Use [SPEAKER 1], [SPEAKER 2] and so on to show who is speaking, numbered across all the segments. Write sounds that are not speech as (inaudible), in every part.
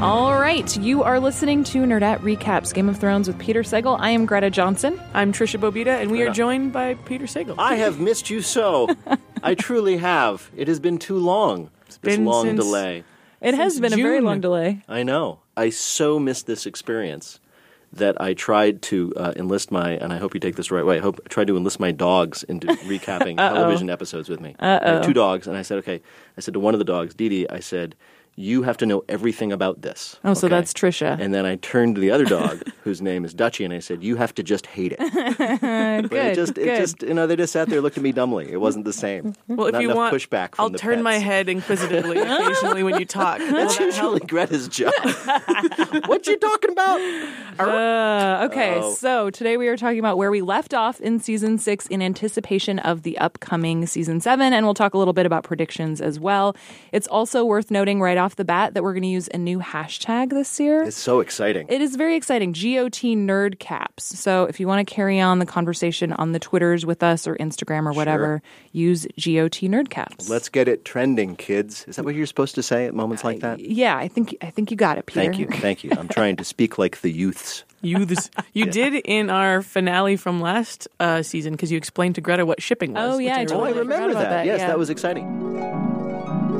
[SPEAKER 1] All right, you are listening to Nerdette Recaps Game of Thrones with Peter Segel. I am Greta Johnson.
[SPEAKER 2] I'm Trisha Bobita, and we are joined by Peter Sagal.
[SPEAKER 3] I have missed you so.
[SPEAKER 2] (laughs)
[SPEAKER 3] I truly have. It has been too long. It's
[SPEAKER 2] been
[SPEAKER 3] long
[SPEAKER 2] since-
[SPEAKER 3] delay.
[SPEAKER 1] It has been
[SPEAKER 2] Since
[SPEAKER 1] a very
[SPEAKER 2] June.
[SPEAKER 1] long delay.
[SPEAKER 3] I know. I so missed this experience that I tried to uh, enlist my and I hope you take this the right way. I hope I tried to enlist my
[SPEAKER 2] (laughs)
[SPEAKER 3] dogs into recapping television episodes with me. I have two dogs, and I said, okay. I said to one of the dogs, Dee Dee, I said, you have to know everything about this.
[SPEAKER 1] Oh, so
[SPEAKER 3] okay?
[SPEAKER 1] that's Trisha.
[SPEAKER 3] And then I turned to the other dog, (laughs) whose name is Dutchie, and I said, "You have to just
[SPEAKER 2] (laughs)
[SPEAKER 3] hate it." but
[SPEAKER 1] Good,
[SPEAKER 3] it just, it
[SPEAKER 1] good.
[SPEAKER 3] just, you know, they just sat there, looked at me dumbly. It wasn't the same.
[SPEAKER 2] well, if
[SPEAKER 3] Not
[SPEAKER 2] you
[SPEAKER 3] enough
[SPEAKER 2] want,
[SPEAKER 3] pushback from
[SPEAKER 2] I'll
[SPEAKER 3] the
[SPEAKER 2] turn my
[SPEAKER 3] pets.
[SPEAKER 2] head
[SPEAKER 1] (laughs)
[SPEAKER 2] inquisitively occasionally when you talk.
[SPEAKER 3] That's usually Greta's job. what you talking about?
[SPEAKER 1] Uh, okay,
[SPEAKER 3] Oh.
[SPEAKER 1] so today we are talking about where we left off in season six in anticipation of the upcoming season seven, and we'll talk a little bit about predictions as well. It's also worth noting right off the bat that we're going to use a new hashtag this year.
[SPEAKER 3] It's so exciting.
[SPEAKER 1] It is very exciting. GOT Nerd Caps. So if you want to carry on the conversation on the Twitters with us or Instagram or whatever, use GOT Nerd Caps.
[SPEAKER 3] Let's get it trending, kids. Is that what you're supposed to say at moments like that?
[SPEAKER 1] Yeah, I think I think you got it, Peter.
[SPEAKER 3] Thank you, thank you. I'm trying to speak like the
[SPEAKER 1] (laughs)
[SPEAKER 3] youths.
[SPEAKER 2] You this, you did in our finale from last uh, season because you explained to Greta what shipping was.
[SPEAKER 1] Oh,
[SPEAKER 2] which
[SPEAKER 1] yeah, I
[SPEAKER 2] really
[SPEAKER 3] Oh, I
[SPEAKER 1] Totally forgot
[SPEAKER 3] remember
[SPEAKER 1] about
[SPEAKER 3] that.
[SPEAKER 1] that,
[SPEAKER 3] Yes,
[SPEAKER 1] yeah.
[SPEAKER 3] that was exciting.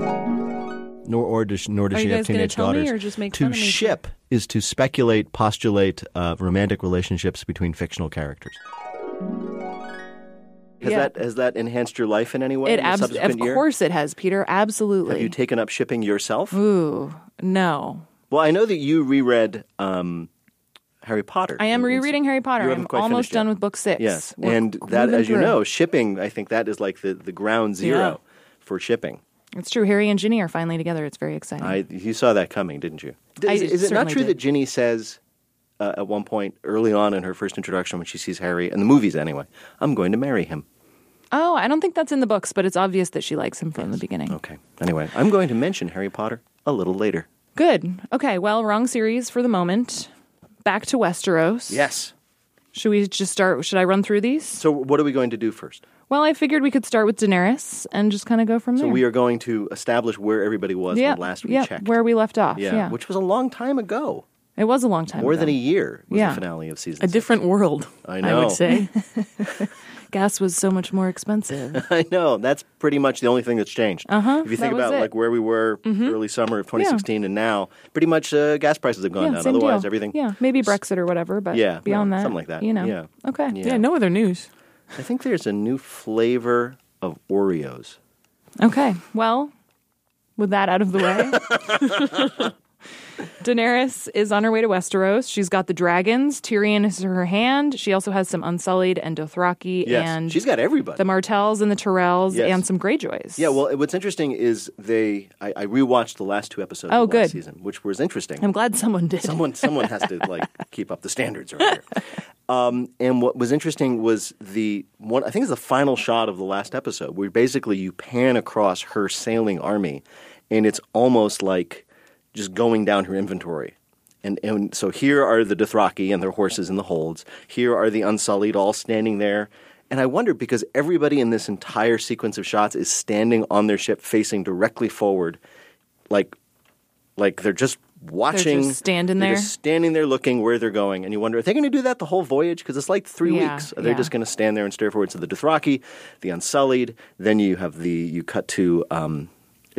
[SPEAKER 3] Nor or does, nor does
[SPEAKER 1] Are
[SPEAKER 3] she
[SPEAKER 1] you
[SPEAKER 3] have
[SPEAKER 1] guys gonna
[SPEAKER 3] teenage
[SPEAKER 1] tell me
[SPEAKER 3] daughters.
[SPEAKER 1] or just make
[SPEAKER 3] to
[SPEAKER 1] fun of me for it?
[SPEAKER 3] ship is to speculate, postulate uh, romantic relationships between fictional characters. Has
[SPEAKER 1] Yeah.
[SPEAKER 3] that has that enhanced your life in any way?
[SPEAKER 1] It
[SPEAKER 3] in the
[SPEAKER 1] abs-
[SPEAKER 3] subsequent
[SPEAKER 1] of
[SPEAKER 3] year?
[SPEAKER 1] course it has, Peter. Absolutely.
[SPEAKER 3] Have you taken up shipping yourself?
[SPEAKER 1] Ooh, no.
[SPEAKER 3] Well, I know that you reread um, Harry Potter.
[SPEAKER 1] I am
[SPEAKER 3] In- in-
[SPEAKER 1] rereading Harry Potter.
[SPEAKER 3] You
[SPEAKER 1] I'm
[SPEAKER 3] haven't quite
[SPEAKER 1] almost
[SPEAKER 3] finished
[SPEAKER 1] done
[SPEAKER 3] yet.
[SPEAKER 1] with book six.
[SPEAKER 3] Yes,
[SPEAKER 1] We're
[SPEAKER 3] and that,
[SPEAKER 1] moving
[SPEAKER 3] as you
[SPEAKER 1] through.
[SPEAKER 3] know, shipping. I think that is like the, the ground zero for shipping.
[SPEAKER 1] it's true. Harry and Ginny are finally together. It's very exciting.
[SPEAKER 3] I you saw that coming, didn't you?
[SPEAKER 1] I
[SPEAKER 3] Is, is it not
[SPEAKER 1] certainly
[SPEAKER 3] true
[SPEAKER 1] did.
[SPEAKER 3] that Ginny says uh, at one point early on in her first introduction when she sees Harry in the movies anyway, "I'm going to marry him."
[SPEAKER 1] oh, I don't think that's in the books, but it's obvious that she likes him from the beginning.
[SPEAKER 3] Okay. Anyway, I'm going to mention Harry Potter a little later.
[SPEAKER 1] Good. Okay. Well, wrong series for the moment. Back to Westeros.
[SPEAKER 3] Yes.
[SPEAKER 1] Should we just start? Should I run through these?
[SPEAKER 3] So what are we going to do first?
[SPEAKER 1] Well, I figured we could start with Daenerys and just kind of go from
[SPEAKER 3] So
[SPEAKER 1] there.
[SPEAKER 3] we are going to establish where everybody was
[SPEAKER 1] yeah,
[SPEAKER 3] when last we
[SPEAKER 1] yeah,
[SPEAKER 3] checked.
[SPEAKER 1] where we left off.
[SPEAKER 3] yeah,
[SPEAKER 1] Yeah,
[SPEAKER 3] which was a long time ago.
[SPEAKER 1] it was a long time.
[SPEAKER 3] More
[SPEAKER 1] ago.
[SPEAKER 3] than a year was
[SPEAKER 1] Yeah.
[SPEAKER 3] the finale of season.
[SPEAKER 2] A
[SPEAKER 3] six.
[SPEAKER 2] different world,
[SPEAKER 3] I
[SPEAKER 2] I
[SPEAKER 3] know.
[SPEAKER 2] would
[SPEAKER 1] (laughs)
[SPEAKER 2] say.
[SPEAKER 1] gas was so much
[SPEAKER 3] (laughs)
[SPEAKER 1] more expensive.
[SPEAKER 3] (laughs) I know. That's pretty much the only thing that's changed. Uh-huh, if you think
[SPEAKER 1] that was
[SPEAKER 3] about
[SPEAKER 1] it. Mm-hmm.
[SPEAKER 3] like where we were early summer of 2016 and now, pretty much uh, gas prices have gone
[SPEAKER 1] yeah,
[SPEAKER 3] down.
[SPEAKER 1] same
[SPEAKER 3] Otherwise,
[SPEAKER 1] deal.
[SPEAKER 3] everything.
[SPEAKER 1] Yeah, maybe Brexit or whatever, but
[SPEAKER 3] Yeah,
[SPEAKER 1] beyond
[SPEAKER 3] no,
[SPEAKER 1] that,
[SPEAKER 3] something like that.
[SPEAKER 1] You know.
[SPEAKER 3] Yeah.
[SPEAKER 1] Okay.
[SPEAKER 3] Yeah.
[SPEAKER 2] yeah, no other news.
[SPEAKER 3] I think there's a new flavor of Oreos.
[SPEAKER 1] Okay. Well, with that out of the way. (laughs) Daenerys is on her way to Westeros. She's got the dragons. Tyrion is in her hand. She also has some Unsullied and Dothraki
[SPEAKER 3] Yes,
[SPEAKER 1] and
[SPEAKER 3] she's got everybody.
[SPEAKER 1] the Martells and the Tyrells
[SPEAKER 3] Yes.
[SPEAKER 1] and some Greyjoys.
[SPEAKER 3] yeah, well, what's interesting is they. I, I rewatched the last two episodes
[SPEAKER 1] Oh,
[SPEAKER 3] of last
[SPEAKER 1] good.
[SPEAKER 3] season, which was interesting.
[SPEAKER 1] I'm glad someone
[SPEAKER 3] (laughs)
[SPEAKER 1] did.
[SPEAKER 3] someone someone has to like keep up the standards right here. Um, and what was interesting was the one I think it's the final shot of the last episode where basically you pan across her sailing army and it's almost like just going down her inventory. And, and so here are the Dothraki and their horses in the holds. Here are the Unsullied all standing there. And I wondered because everybody in this entire sequence of shots is standing on their ship facing directly forward, like like they're just watching,
[SPEAKER 1] just standing
[SPEAKER 3] they're
[SPEAKER 1] there?
[SPEAKER 3] just standing there looking where they're going, and you wonder, are they going to do that the whole voyage? Because it's like three
[SPEAKER 1] Yeah,
[SPEAKER 3] weeks. Are they
[SPEAKER 1] yeah.
[SPEAKER 3] just going to stand there and stare forward? So the Dothraki, the Unsullied, then you have the you cut to. Um,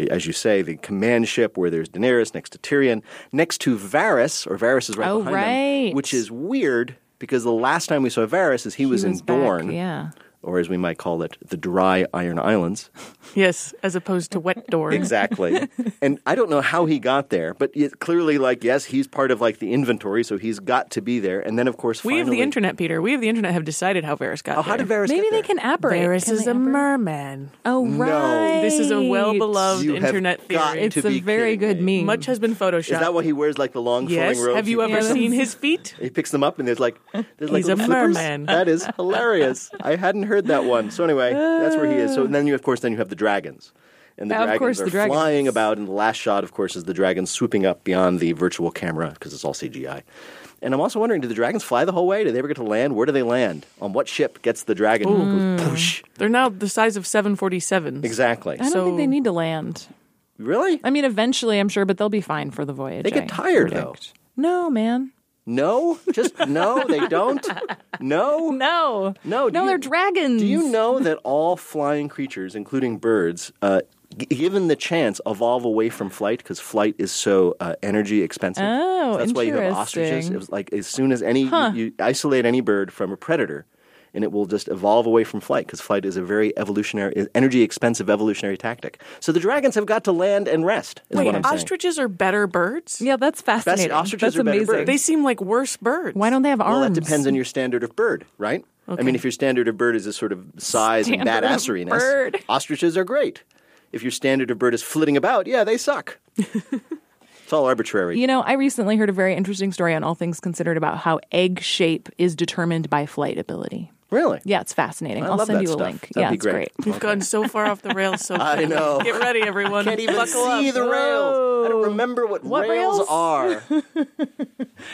[SPEAKER 3] as you say, the command ship where there's Daenerys next to Tyrion, next to Varys, or Varys is right
[SPEAKER 1] Oh,
[SPEAKER 3] behind
[SPEAKER 1] right.
[SPEAKER 3] him, which is weird because the last time we saw Varys is he was,
[SPEAKER 1] She
[SPEAKER 3] in
[SPEAKER 1] was back,
[SPEAKER 3] Dorne,
[SPEAKER 1] Yeah.
[SPEAKER 3] or as we might call it, the Dry Iron Islands.
[SPEAKER 2] Yes, as opposed to wet door.
[SPEAKER 3] (laughs) Exactly. and I don't know how he got there, but it, clearly, like, yes, he's part of like the inventory, so he's got to be there. And then, of course,
[SPEAKER 2] We of
[SPEAKER 3] finally-
[SPEAKER 2] the internet, Peter. We of the internet have decided how Varys got
[SPEAKER 3] Oh,
[SPEAKER 2] there.
[SPEAKER 3] how did Varys
[SPEAKER 1] Maybe
[SPEAKER 3] get
[SPEAKER 1] they
[SPEAKER 3] there?
[SPEAKER 1] can apparate.
[SPEAKER 2] Varys
[SPEAKER 1] Can
[SPEAKER 2] is
[SPEAKER 1] they
[SPEAKER 2] a
[SPEAKER 1] apparate?
[SPEAKER 2] merman.
[SPEAKER 1] Oh,
[SPEAKER 3] No.
[SPEAKER 1] right.
[SPEAKER 2] This is a well-beloved
[SPEAKER 3] You have
[SPEAKER 2] internet
[SPEAKER 3] got
[SPEAKER 2] theory.
[SPEAKER 1] It's
[SPEAKER 3] to be
[SPEAKER 1] a very
[SPEAKER 3] kidding
[SPEAKER 1] good
[SPEAKER 3] me.
[SPEAKER 1] meme.
[SPEAKER 2] Much has been photoshopped.
[SPEAKER 3] Is that why he wears like the long
[SPEAKER 2] yes.
[SPEAKER 3] flowing robes?
[SPEAKER 2] Have you
[SPEAKER 3] He
[SPEAKER 2] ever
[SPEAKER 3] picks-
[SPEAKER 2] seen his
[SPEAKER 3] (laughs)
[SPEAKER 2] feet?
[SPEAKER 3] He picks them up and there's like there's like
[SPEAKER 2] He's a
[SPEAKER 3] little flippers.
[SPEAKER 2] merman.
[SPEAKER 3] That is hilarious. I hadn't heard that one. So anyway, that's where he is. So then you of course then you have the dragons. And the
[SPEAKER 1] Of
[SPEAKER 3] dragons
[SPEAKER 1] course,
[SPEAKER 3] are
[SPEAKER 1] the dragons.
[SPEAKER 3] flying about and the last shot of course is the dragons swooping up beyond the virtual camera because it's all CGI. And I'm also wondering do the dragons fly the whole way? Do they ever get to land? Where do they land? On what ship gets the dragon? It goes poosh.
[SPEAKER 2] They're now the size of 747s.
[SPEAKER 3] Exactly.
[SPEAKER 1] I don't think they
[SPEAKER 2] So-
[SPEAKER 1] need to land.
[SPEAKER 3] Really?
[SPEAKER 1] I mean, eventually, I'm sure, but they'll be fine for the voyage.
[SPEAKER 3] They get
[SPEAKER 1] I
[SPEAKER 3] tired,
[SPEAKER 1] predict. No, man.
[SPEAKER 3] No? Just no, they don't? No?
[SPEAKER 1] No.
[SPEAKER 3] No, do
[SPEAKER 1] No,
[SPEAKER 3] you-
[SPEAKER 1] they're dragons.
[SPEAKER 3] Do you know that all flying creatures, including birds, uh, g- given the chance, evolve away from flight because flight is so uh, energy expensive?
[SPEAKER 1] Oh,
[SPEAKER 3] So that's why you have ostriches.
[SPEAKER 1] interesting.
[SPEAKER 3] It was like as soon as any you, you isolate any bird from a predator, and it will just evolve away from flight because flight is a very evolutionary, e-, energy expensive evolutionary tactic. So the dragons have got to land and rest. Is
[SPEAKER 2] Wait,
[SPEAKER 3] what I'm saying.
[SPEAKER 2] ostriches are better birds?
[SPEAKER 1] Yeah, that's fascinating.
[SPEAKER 3] ostriches
[SPEAKER 1] that's
[SPEAKER 3] are better
[SPEAKER 1] amazing.
[SPEAKER 3] birds.
[SPEAKER 2] They seem like worse birds.
[SPEAKER 1] Why don't they have arms?
[SPEAKER 3] Well, that depends on your standard of bird, right? I mean, if your standard of bird is a sort of size
[SPEAKER 1] Standard of
[SPEAKER 3] and badasseriness,
[SPEAKER 1] bird.
[SPEAKER 3] ostriches are great. If your standard of bird is flitting about, yeah, they
[SPEAKER 1] (laughs)
[SPEAKER 3] suck. it's all arbitrary.
[SPEAKER 1] You know, I recently heard a very interesting story on All Things Considered about how egg shape is determined by flight ability.
[SPEAKER 3] really?
[SPEAKER 1] Yeah, it's fascinating.
[SPEAKER 3] I
[SPEAKER 1] will
[SPEAKER 3] love
[SPEAKER 1] send
[SPEAKER 3] that
[SPEAKER 1] you a
[SPEAKER 3] stuff.
[SPEAKER 1] link.
[SPEAKER 3] That'd
[SPEAKER 1] yeah,
[SPEAKER 3] be
[SPEAKER 1] it's
[SPEAKER 3] great.
[SPEAKER 2] We've gone so far off the rails so
[SPEAKER 3] (laughs) I
[SPEAKER 2] quickly.
[SPEAKER 3] know.
[SPEAKER 2] Get ready, everyone.
[SPEAKER 3] Can't even
[SPEAKER 2] Buckle
[SPEAKER 3] see
[SPEAKER 2] up.
[SPEAKER 3] the rails. I don't remember what, rails,
[SPEAKER 1] rails? (laughs)
[SPEAKER 3] are.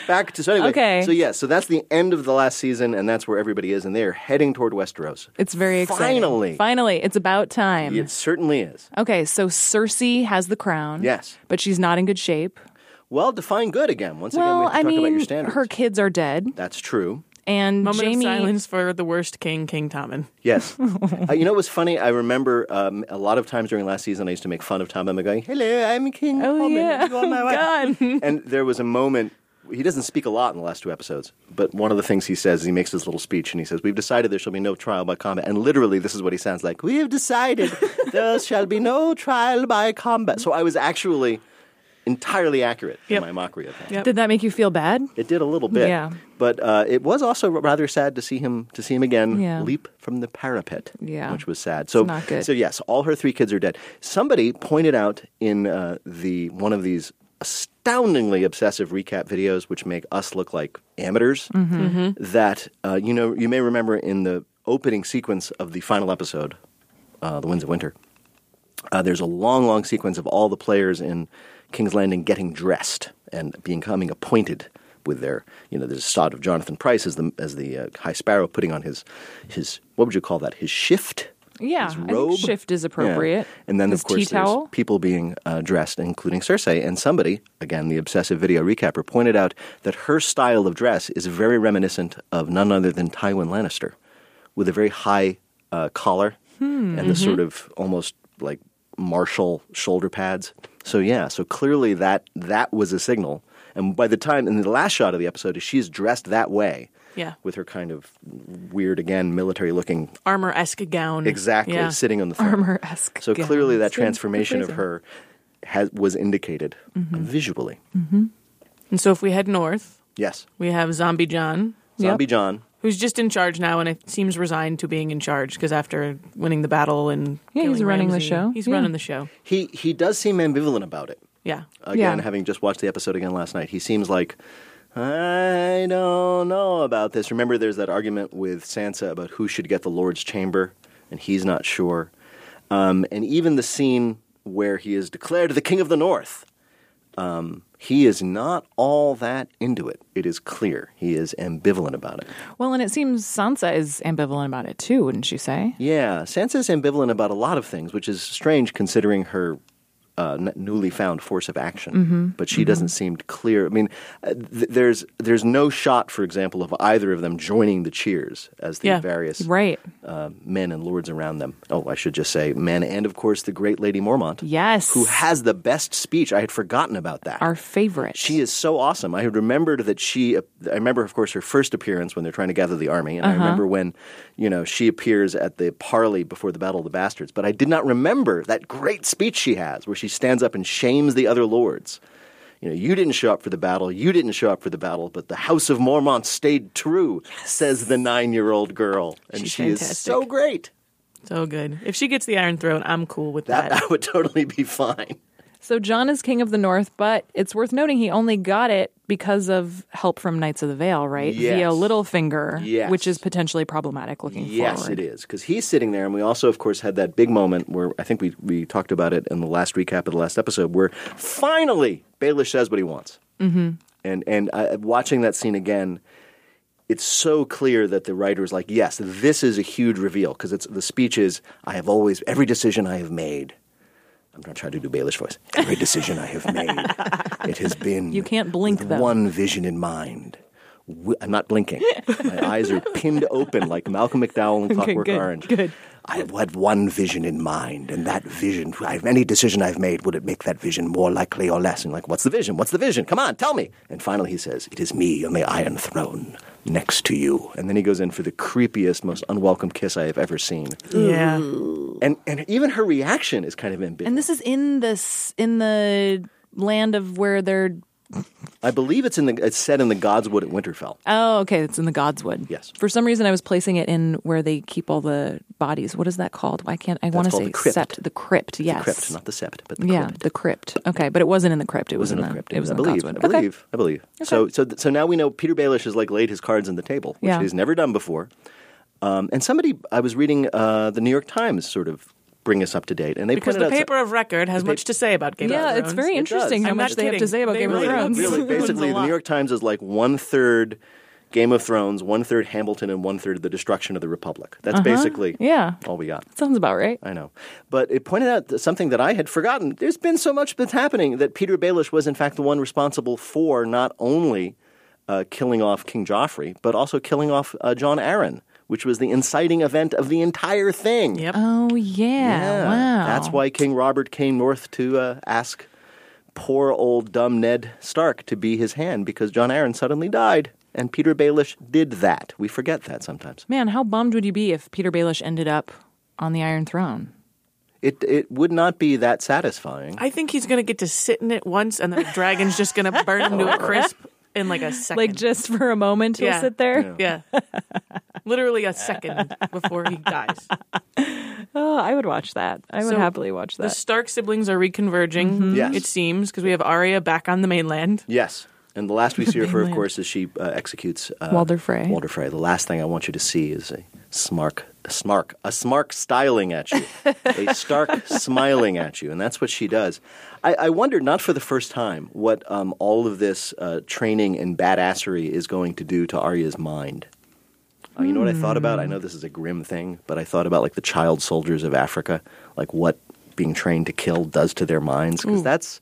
[SPEAKER 3] Back to so anyway.
[SPEAKER 1] Okay.
[SPEAKER 3] So yeah, so that's the end of the last season, and that's where everybody is, and they are heading toward Westeros.
[SPEAKER 1] It's very exciting.
[SPEAKER 3] Finally.
[SPEAKER 1] Finally, it's about time.
[SPEAKER 3] It certainly is.
[SPEAKER 1] Okay, so Cersei has the crown.
[SPEAKER 3] Yes.
[SPEAKER 1] But she's not in good shape.
[SPEAKER 3] Well, define good again. Once again, we
[SPEAKER 1] well,
[SPEAKER 3] have to
[SPEAKER 1] I
[SPEAKER 3] talk about your
[SPEAKER 1] mean,
[SPEAKER 3] standards.
[SPEAKER 1] her kids are dead,
[SPEAKER 3] that's true.
[SPEAKER 1] and
[SPEAKER 2] Moment
[SPEAKER 1] Jamie.
[SPEAKER 2] of silence for the worst king, King Tommen.
[SPEAKER 1] (laughs)
[SPEAKER 3] Yes. uh, you know what's funny? I remember um, a lot of times during last season, I used to make fun of Tom Emma going, Hello, I'm King
[SPEAKER 1] Oh,
[SPEAKER 3] Tommen.
[SPEAKER 1] yeah.
[SPEAKER 3] You are
[SPEAKER 1] (laughs)
[SPEAKER 3] my wife." And there was a moment, he doesn't speak a lot in the last two episodes, but one of the things he says is he makes this little speech and he says, We've decided there shall be no trial by combat. And literally, this is what he sounds like We have
[SPEAKER 1] (laughs)
[SPEAKER 3] decided there shall be no trial by combat. So I was actually entirely accurate in
[SPEAKER 2] Yep.
[SPEAKER 3] my mockery of him.
[SPEAKER 2] Yep.
[SPEAKER 1] Did that make you feel bad?
[SPEAKER 3] It did a little bit,
[SPEAKER 1] Yeah.
[SPEAKER 3] But uh, it was also rather sad to see him to see him again
[SPEAKER 1] Yeah.
[SPEAKER 3] leap from the parapet,
[SPEAKER 1] Yeah.
[SPEAKER 3] which was sad. So,
[SPEAKER 1] not good.
[SPEAKER 3] so yes, all her three kids are dead. Somebody pointed out in uh, the one of these astoundingly obsessive recap videos, which make us look like amateurs,
[SPEAKER 1] Mm-hmm.
[SPEAKER 3] that uh, you know you may remember in the opening sequence of the final episode, uh, "The Winds of Winter." Uh, there's a long, long sequence of all the players in King's Landing getting dressed and becoming appointed with their, you know, there's a shot of Jonathan Price as the as the uh, High Sparrow putting on his his what would you call that? His shift.
[SPEAKER 1] Yeah,
[SPEAKER 3] his
[SPEAKER 1] I think
[SPEAKER 3] robe.
[SPEAKER 1] shift is
[SPEAKER 3] Yeah.
[SPEAKER 1] appropriate.
[SPEAKER 3] And then
[SPEAKER 1] His
[SPEAKER 3] of course
[SPEAKER 1] tea
[SPEAKER 3] there's
[SPEAKER 1] towel.
[SPEAKER 3] people being uh, dressed, including Cersei. And somebody, again, the obsessive video recapper, pointed out that her style of dress is very reminiscent of none other than Tywin Lannister, with a very high uh, collar and the sort of almost like martial shoulder pads. So yeah, so clearly that that was a signal. And by the time in the last shot of the episode, is she's dressed that way.
[SPEAKER 2] Yeah.
[SPEAKER 3] With her kind of weird, again, military looking,
[SPEAKER 2] Armor esque gown.
[SPEAKER 3] exactly,
[SPEAKER 2] Yeah.
[SPEAKER 3] sitting on the throne.
[SPEAKER 1] Armor esque.
[SPEAKER 3] So clearly, that transformation of her has, was indicated visually.
[SPEAKER 2] And so if we head north,
[SPEAKER 3] Yes,
[SPEAKER 2] we have Zombie John,
[SPEAKER 3] Zombie John.
[SPEAKER 2] who's just in charge now and it seems resigned to being in charge because after winning the battle and
[SPEAKER 1] Yeah, he's
[SPEAKER 2] killing
[SPEAKER 1] running the
[SPEAKER 2] Ramsay,
[SPEAKER 1] show.
[SPEAKER 2] He's
[SPEAKER 1] Yeah.
[SPEAKER 2] running the show.
[SPEAKER 3] He he does seem ambivalent about it.
[SPEAKER 2] Yeah.
[SPEAKER 3] Again,
[SPEAKER 1] Yeah.
[SPEAKER 3] having just watched the episode again last night, he seems like I don't know about this. Remember, there's that argument with Sansa about who should get the Lord's chamber, and he's not sure. Um, and even the scene where he is declared the King of the North. Um, he is not all that into it. It is clear he is ambivalent about it.
[SPEAKER 1] Well, and it seems Sansa is ambivalent about it too, wouldn't you say?
[SPEAKER 3] Yeah, Sansa's ambivalent about a lot of things, which is strange considering her uh, n- newly found force of action.
[SPEAKER 1] Mm-hmm.
[SPEAKER 3] But she doesn't seem clear. I mean, uh, th- there's there's no shot, for example, of either of them joining the cheers as the
[SPEAKER 2] Yeah,
[SPEAKER 3] various
[SPEAKER 1] right.
[SPEAKER 3] uh, men and lords around them. Oh, I should just say men, and of course the great Lady Mormont,
[SPEAKER 1] Yes.
[SPEAKER 3] who has the best speech. I had forgotten about that.
[SPEAKER 1] our favorite.
[SPEAKER 3] She is so awesome. I had remembered that she. I remember, of course, her first appearance when they're trying to gather the army, and I
[SPEAKER 2] Uh-huh.
[SPEAKER 3] remember when, you know, she appears at the parley before the Battle of the Bastards. But I did not remember that great speech she has, where she stands up and shames the other lords. You know, you didn't show up for the battle. You didn't show up for the battle, but the House of Mormont stayed true, says the nine-year-old girl, and
[SPEAKER 2] She's
[SPEAKER 3] she is
[SPEAKER 2] fantastic.
[SPEAKER 3] so great.
[SPEAKER 2] So good. If she gets the Iron Throne, I'm cool with
[SPEAKER 3] That
[SPEAKER 2] that.
[SPEAKER 3] (laughs) I would totally be fine.
[SPEAKER 1] So John is king of the North, but it's worth noting he only got it because of help from Knights of the Vale, right?
[SPEAKER 3] Yes.
[SPEAKER 1] Via Littlefinger,
[SPEAKER 3] Yes.
[SPEAKER 1] which is potentially problematic looking
[SPEAKER 3] Yes,
[SPEAKER 1] forward.
[SPEAKER 3] it is. Because he's sitting there, and we also, of course, had that big moment where I think we, we talked about it in the last recap of the last episode, where finally Baelish says what he wants. Mm-hmm. And, and uh, watching that scene again, it's so clear that the writer is like, yes, this is a huge reveal. Because the speech is, I have always, every decision I have made. I'm not trying to do Baelish voice. Every decision I have made,
[SPEAKER 1] (laughs)
[SPEAKER 3] it has been
[SPEAKER 1] You can't blink,
[SPEAKER 3] with
[SPEAKER 1] though.
[SPEAKER 3] one vision in mind. Wi- I'm not blinking.
[SPEAKER 1] (laughs)
[SPEAKER 3] My eyes are pinned open like Malcolm McDowell in Clockwork
[SPEAKER 1] good,
[SPEAKER 3] Orange.
[SPEAKER 1] good.
[SPEAKER 3] I have had one vision in mind, and that vision, I've, any decision I've made, would it make that vision more likely or less? And like, what's the vision? What's the vision? Come on, tell me. And finally, he says, "It is me on the Iron Throne, next to you." And then he goes in for the creepiest, most unwelcome kiss I have ever seen.
[SPEAKER 2] yeah.
[SPEAKER 3] And and even her reaction is kind of ambiguous.
[SPEAKER 1] And this is in this in the land of where they're
[SPEAKER 3] I believe it's in the it's set in the Godswood at Winterfell.
[SPEAKER 1] Oh, okay, it's in the Godswood.
[SPEAKER 3] Yes.
[SPEAKER 1] For some reason I was placing it in where they keep all the bodies. What is that called? Why can't I want to
[SPEAKER 3] called
[SPEAKER 1] say
[SPEAKER 3] the crypt.
[SPEAKER 1] sept the crypt, yes.
[SPEAKER 3] The crypt, not the sept, but the
[SPEAKER 1] yeah,
[SPEAKER 3] crypt.
[SPEAKER 1] the crypt. Okay, but it wasn't in the crypt. It, was
[SPEAKER 3] It was in
[SPEAKER 1] in
[SPEAKER 3] the crypt.
[SPEAKER 1] It was
[SPEAKER 3] I
[SPEAKER 1] in the
[SPEAKER 3] believe.
[SPEAKER 1] Godswood.
[SPEAKER 3] I
[SPEAKER 1] Okay.
[SPEAKER 3] believe. I believe. So so th- so now we know Peter Baelish has like laid his cards on the table, which
[SPEAKER 1] Yeah.
[SPEAKER 3] he's never done before. Um, and somebody I was reading uh, the New York Times sort of bring us up to date, and they
[SPEAKER 2] Because
[SPEAKER 3] pointed
[SPEAKER 2] the
[SPEAKER 3] out some-
[SPEAKER 2] paper of record has much to say about Game of
[SPEAKER 1] Yeah,
[SPEAKER 2] Thrones.
[SPEAKER 1] it's very
[SPEAKER 3] It does.
[SPEAKER 1] interesting how
[SPEAKER 2] I'm
[SPEAKER 1] much
[SPEAKER 2] not
[SPEAKER 1] they have to
[SPEAKER 2] kidding.
[SPEAKER 1] say about
[SPEAKER 2] They
[SPEAKER 1] Game
[SPEAKER 2] really-
[SPEAKER 1] of Thrones. (laughs)
[SPEAKER 3] really, basically,
[SPEAKER 2] It's a
[SPEAKER 3] the New
[SPEAKER 2] lot.
[SPEAKER 3] York Times is like one third Game of Thrones, one third Hamilton, and one third the destruction of the Republic. That's basically
[SPEAKER 1] Uh-huh. Yeah.
[SPEAKER 3] all we got.
[SPEAKER 1] Sounds about right.
[SPEAKER 3] I know. But it pointed out that something that I had forgotten. There's been so much that's happening that Peter Baelish was, in fact, the one responsible for not only uh, killing off King Joffrey, but also killing off uh, John Arryn, which was the inciting event of the entire thing.
[SPEAKER 2] Yep.
[SPEAKER 1] Oh yeah,
[SPEAKER 3] Yeah.
[SPEAKER 1] wow.
[SPEAKER 3] That's why King Robert came north to uh, ask poor old dumb Ned Stark to be his hand because John Arryn suddenly died. And Peter Baelish did that. We forget that sometimes.
[SPEAKER 1] Man, how bummed would you be if Peter Baelish ended up on the Iron Throne?
[SPEAKER 3] It, it would not be that satisfying.
[SPEAKER 2] I think he's going to get to sit in it once, and
[SPEAKER 3] (laughs)
[SPEAKER 2] the dragon's just going to burn him to a crisp in like a second.
[SPEAKER 1] Like just for a moment, he'll
[SPEAKER 2] Yeah.
[SPEAKER 1] sit there.
[SPEAKER 2] yeah. Literally a second before he
[SPEAKER 1] (laughs)
[SPEAKER 2] dies.
[SPEAKER 1] Oh, I would watch that. I would
[SPEAKER 2] So,
[SPEAKER 1] happily watch
[SPEAKER 2] The
[SPEAKER 1] that. Mm-hmm.
[SPEAKER 2] Stark siblings are reconverging,
[SPEAKER 3] Yes.
[SPEAKER 2] it seems, because we have Arya back on the mainland.
[SPEAKER 3] Yes. And the
[SPEAKER 1] (laughs)
[SPEAKER 3] last we see of her, of course, is she uh, executes uh,
[SPEAKER 1] Walder Frey.
[SPEAKER 3] Walder Frey. The last thing I want you to see is a smark, a smark, a smark styling at you, a
[SPEAKER 1] (laughs)
[SPEAKER 3] stark smiling at you, and that's what she does. I, I wondered, not for the first time, what um, all of this uh, training and badassery is going to do to Arya's mind. Uh, you know what I thought about? I
[SPEAKER 1] Hmm.
[SPEAKER 3] know this is a grim thing, but I thought about like the child soldiers of Africa, like what being trained to kill does to their minds. Because that's,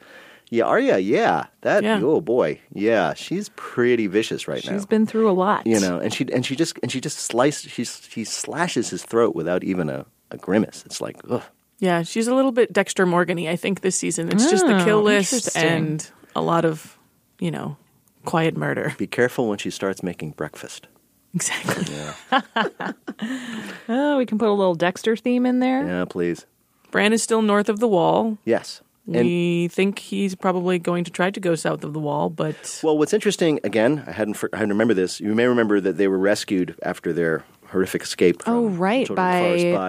[SPEAKER 3] yeah, Arya, yeah, that,
[SPEAKER 2] Yeah.
[SPEAKER 3] oh boy, yeah, she's pretty vicious right now.
[SPEAKER 1] She's been through a lot.
[SPEAKER 3] you know, and she and she just and she just slices, she she slashes his throat without even a, a grimace. It's like, ugh.
[SPEAKER 2] Yeah, she's a little bit Dexter Morgany, I think, this season. It's just the kill
[SPEAKER 1] Oh,
[SPEAKER 2] list
[SPEAKER 1] interesting.
[SPEAKER 2] and a lot of, you know, quiet murder. (laughs)
[SPEAKER 3] Be careful when she starts making breakfast.
[SPEAKER 2] Exactly.
[SPEAKER 1] Oh, we can put a little Dexter theme in there.
[SPEAKER 3] Yeah, please.
[SPEAKER 2] Bran is still north of the wall.
[SPEAKER 3] Yes. And
[SPEAKER 2] we think he's probably going to try to go south of the wall, but
[SPEAKER 3] Well, what's interesting, again, I hadn't, for, I hadn't remember this. You may remember that they were rescued after their horrific escape. From
[SPEAKER 1] Oh, right,
[SPEAKER 3] Children of the
[SPEAKER 1] by-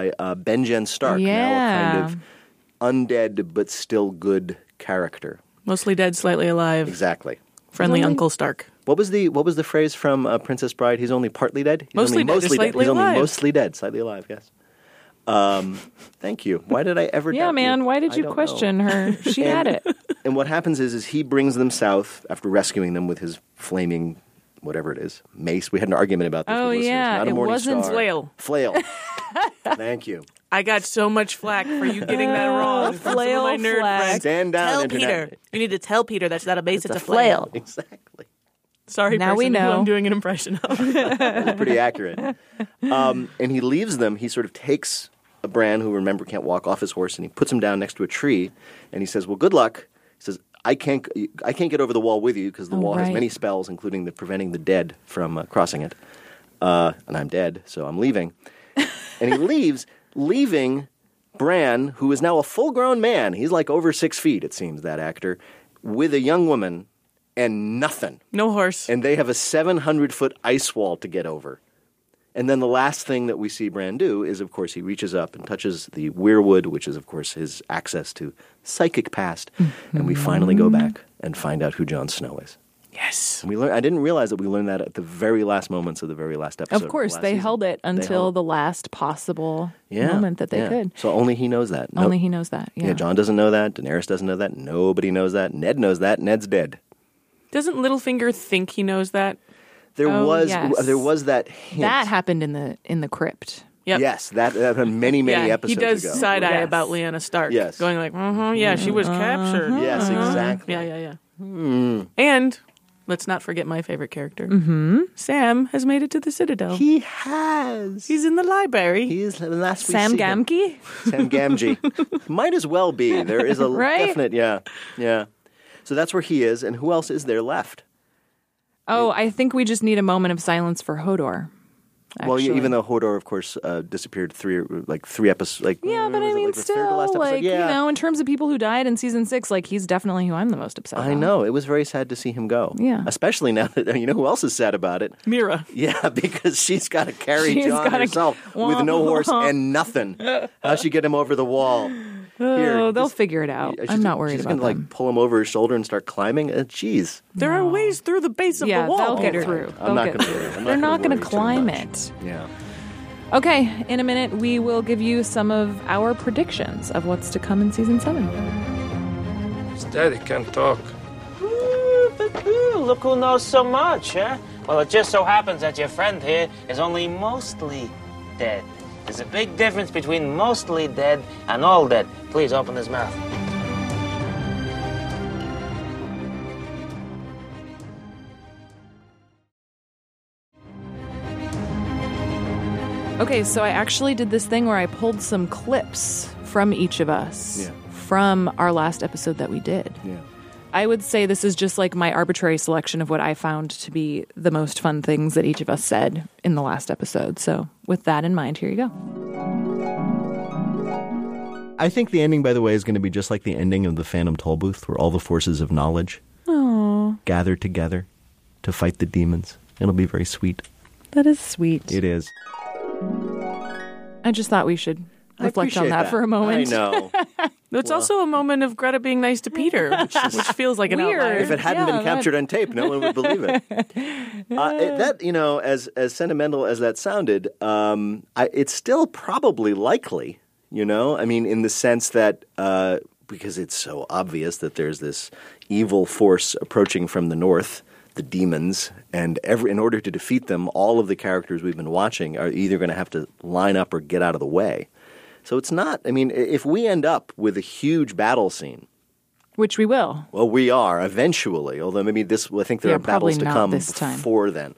[SPEAKER 3] Forest by uh, Benjen Stark, now a kind of undead but still good character.
[SPEAKER 2] mostly dead, slightly alive.
[SPEAKER 3] Exactly.
[SPEAKER 2] Friendly Uncle Stark.
[SPEAKER 3] What was the what was the phrase from uh, Princess Bride? He's only partly dead. He's
[SPEAKER 2] Mostly
[SPEAKER 3] only
[SPEAKER 2] dead,
[SPEAKER 3] mostly
[SPEAKER 2] slightly
[SPEAKER 3] He's
[SPEAKER 2] alive.
[SPEAKER 3] only mostly dead, slightly alive. Yes. Um, thank you. Why did I ever? doubt
[SPEAKER 1] Yeah,
[SPEAKER 3] you?
[SPEAKER 1] man. Why did
[SPEAKER 3] I
[SPEAKER 1] you
[SPEAKER 3] don't know. (laughs)
[SPEAKER 1] question her? She had
[SPEAKER 3] And-
[SPEAKER 1] it.
[SPEAKER 3] And what happens is, is he brings them south after rescuing them with his flaming whatever it is, mace. We had an argument about this.
[SPEAKER 1] Oh,
[SPEAKER 3] with listeners.
[SPEAKER 1] yeah,
[SPEAKER 3] Not a
[SPEAKER 1] it
[SPEAKER 3] morning
[SPEAKER 1] wasn't
[SPEAKER 3] star.
[SPEAKER 2] flail.
[SPEAKER 1] (laughs)
[SPEAKER 3] Flail. Thank you.
[SPEAKER 2] I got so much flack for you getting that wrong. from some of
[SPEAKER 1] flail
[SPEAKER 2] my nerd
[SPEAKER 1] flack.
[SPEAKER 2] friends.
[SPEAKER 3] Stand down,
[SPEAKER 4] Tell
[SPEAKER 3] internet.
[SPEAKER 4] Peter. You need to tell Peter that's not a base, it's, a flail.
[SPEAKER 3] Exactly.
[SPEAKER 2] Sorry,
[SPEAKER 1] Now we
[SPEAKER 2] person who
[SPEAKER 1] know.
[SPEAKER 2] I'm doing an impression of.
[SPEAKER 3] It's (laughs) pretty accurate. Um, and he leaves them. He sort of takes a Bran, who remember can't walk off his horse, and he puts him down next to a tree. And he says, "Well, good luck." He says, "I can't. I can't get over the wall with you because the wall has
[SPEAKER 1] right.
[SPEAKER 3] many spells, including the preventing the dead from uh, crossing it. Uh, and I'm dead, so I'm leaving." and he (laughs) leaves, leaving Bran, who is now a full-grown man. He's like over six feet, it seems. That actor with a young woman and nothing
[SPEAKER 2] (laughs) No horse.
[SPEAKER 3] and they have a 700 foot ice wall to get over. And then the last thing that we see Bran do is, of course, he reaches up and touches the Weirwood, which is, of course, his access to psychic past. And we finally go back and find out who Jon Snow is.
[SPEAKER 2] yes.
[SPEAKER 3] And we learn, I didn't realize that we learned that at the very last moments of the very last episode.
[SPEAKER 1] Of course, they held it until the last possible moment that they could.
[SPEAKER 3] So only he knows that. No-
[SPEAKER 1] Only he knows that. Yeah.
[SPEAKER 3] Yeah, John doesn't know that. Daenerys doesn't know that. Nobody knows that. Ned knows that. Ned's dead.
[SPEAKER 2] Doesn't Littlefinger think he knows that?
[SPEAKER 3] There
[SPEAKER 1] Oh,
[SPEAKER 3] was
[SPEAKER 1] yes.
[SPEAKER 3] there was that hint.
[SPEAKER 1] That happened in the in the crypt.
[SPEAKER 2] Yep.
[SPEAKER 3] Yes, that, that happened many, many
[SPEAKER 2] yeah,
[SPEAKER 3] episodes
[SPEAKER 2] he does
[SPEAKER 3] ago.
[SPEAKER 2] side eye
[SPEAKER 1] Yes.
[SPEAKER 2] about Lyanna Stark.
[SPEAKER 3] Yes.
[SPEAKER 2] Going like, mm-hmm, yeah, she was captured.
[SPEAKER 3] Yes,
[SPEAKER 1] Uh-huh.
[SPEAKER 3] exactly.
[SPEAKER 2] Yeah, yeah, yeah.
[SPEAKER 3] Hmm.
[SPEAKER 2] And let's not forget my favorite character. Mm-hmm. Sam has made it to the Citadel.
[SPEAKER 3] He has.
[SPEAKER 2] He's in the library.
[SPEAKER 3] he is the last we
[SPEAKER 1] Sam
[SPEAKER 3] see him.
[SPEAKER 1] Gamgee.
[SPEAKER 3] Sam
[SPEAKER 1] (laughs)
[SPEAKER 3] Gamgee. Might as well be. There is a
[SPEAKER 1] Right?
[SPEAKER 3] definite, yeah, yeah. So that's where he is, and who else is there left?
[SPEAKER 1] Oh, I think we just need a moment of silence for Hodor.
[SPEAKER 3] Well, e-
[SPEAKER 1] actually.
[SPEAKER 3] even though Hodor, of course, uh, disappeared three, like three episodes. Like
[SPEAKER 1] Yeah, but
[SPEAKER 3] Mm, was
[SPEAKER 1] I
[SPEAKER 3] it
[SPEAKER 1] mean,
[SPEAKER 3] like the third to last
[SPEAKER 1] still,
[SPEAKER 3] episode?
[SPEAKER 1] like
[SPEAKER 3] yeah.
[SPEAKER 1] you know, in terms of people who died in season six, like he's definitely who I'm the most upset.
[SPEAKER 3] I
[SPEAKER 1] about.
[SPEAKER 3] know it was very sad to see him go.
[SPEAKER 1] Yeah.
[SPEAKER 3] especially now that you know who else is sad about it.
[SPEAKER 2] Mira.
[SPEAKER 3] Yeah, (laughs) because she's got to carry
[SPEAKER 1] She's
[SPEAKER 3] John
[SPEAKER 1] gotta-
[SPEAKER 3] herself with
[SPEAKER 1] (laughs)
[SPEAKER 3] no horse and nothing. How'd she get him over the wall? Here,
[SPEAKER 1] (sighs) Oh, they'll
[SPEAKER 3] this-
[SPEAKER 1] figure it out.
[SPEAKER 3] Yeah, she's-
[SPEAKER 1] I'm not worried
[SPEAKER 3] she's
[SPEAKER 1] about
[SPEAKER 3] gonna
[SPEAKER 1] them.
[SPEAKER 3] like pull him over his shoulder and start climbing. Uh, Jeez,
[SPEAKER 2] There are ways through the base of
[SPEAKER 1] yeah,
[SPEAKER 2] the wall.
[SPEAKER 1] they'll get
[SPEAKER 2] Peter.
[SPEAKER 1] through.
[SPEAKER 3] I'm not
[SPEAKER 1] They'll get
[SPEAKER 3] gonna worry. I'm
[SPEAKER 1] They're
[SPEAKER 3] not
[SPEAKER 1] not
[SPEAKER 3] gonna worry
[SPEAKER 1] going to
[SPEAKER 3] too
[SPEAKER 1] climb
[SPEAKER 3] much.
[SPEAKER 1] it.
[SPEAKER 3] yeah.
[SPEAKER 1] Okay, in a minute, we will give you some of our predictions of what's to come in season seven.
[SPEAKER 5] Daddy can't talk.
[SPEAKER 6] Ooh, but ooh, look who knows so much, huh? Well, it just so happens that your friend here is only mostly dead. There's a big difference between mostly dead and all dead. Please open his mouth.
[SPEAKER 1] Okay, so I actually did this thing where I pulled some clips from each of us
[SPEAKER 3] Yeah.
[SPEAKER 1] from our last episode that we did.
[SPEAKER 3] Yeah.
[SPEAKER 1] I would say this is just like my arbitrary selection of what I found to be the most fun things that each of us said in the last episode. So, with that in mind, here you go.
[SPEAKER 3] I think the ending, by the way, is going to be just like the ending of the Phantom Tollbooth, where all the forces of knowledge gather together to fight the demons. It'll be very sweet.
[SPEAKER 1] That is sweet.
[SPEAKER 3] It is.
[SPEAKER 1] I just thought we should
[SPEAKER 3] I
[SPEAKER 1] reflect on
[SPEAKER 3] appreciate
[SPEAKER 1] that, for a moment.
[SPEAKER 3] I
[SPEAKER 1] (laughs)
[SPEAKER 3] know.
[SPEAKER 2] It's also a moment of Greta being nice to
[SPEAKER 7] (laughs)
[SPEAKER 2] Peter, which, which feels like an
[SPEAKER 1] Weird.
[SPEAKER 2] outlier.
[SPEAKER 3] if it hadn't
[SPEAKER 1] Yeah,
[SPEAKER 3] been
[SPEAKER 1] that-
[SPEAKER 3] captured on tape, no one would believe it. Uh, it- That you know, as as sentimental as that sounded, um, I, it's still probably likely. You know, I mean, in the sense that uh, because it's so obvious that there's this evil force approaching from the north. The demons, and every, in order to defeat them, all of the characters we've been watching are either going to have to line up or get out of the way. So it's not. I mean, i- if we end up with a huge battle scene,
[SPEAKER 1] Which we will.
[SPEAKER 3] well, we are eventually, although maybe this. I think there
[SPEAKER 1] Yeah,
[SPEAKER 3] are battles
[SPEAKER 1] probably
[SPEAKER 3] to
[SPEAKER 1] not
[SPEAKER 3] come
[SPEAKER 1] this time.
[SPEAKER 3] before then.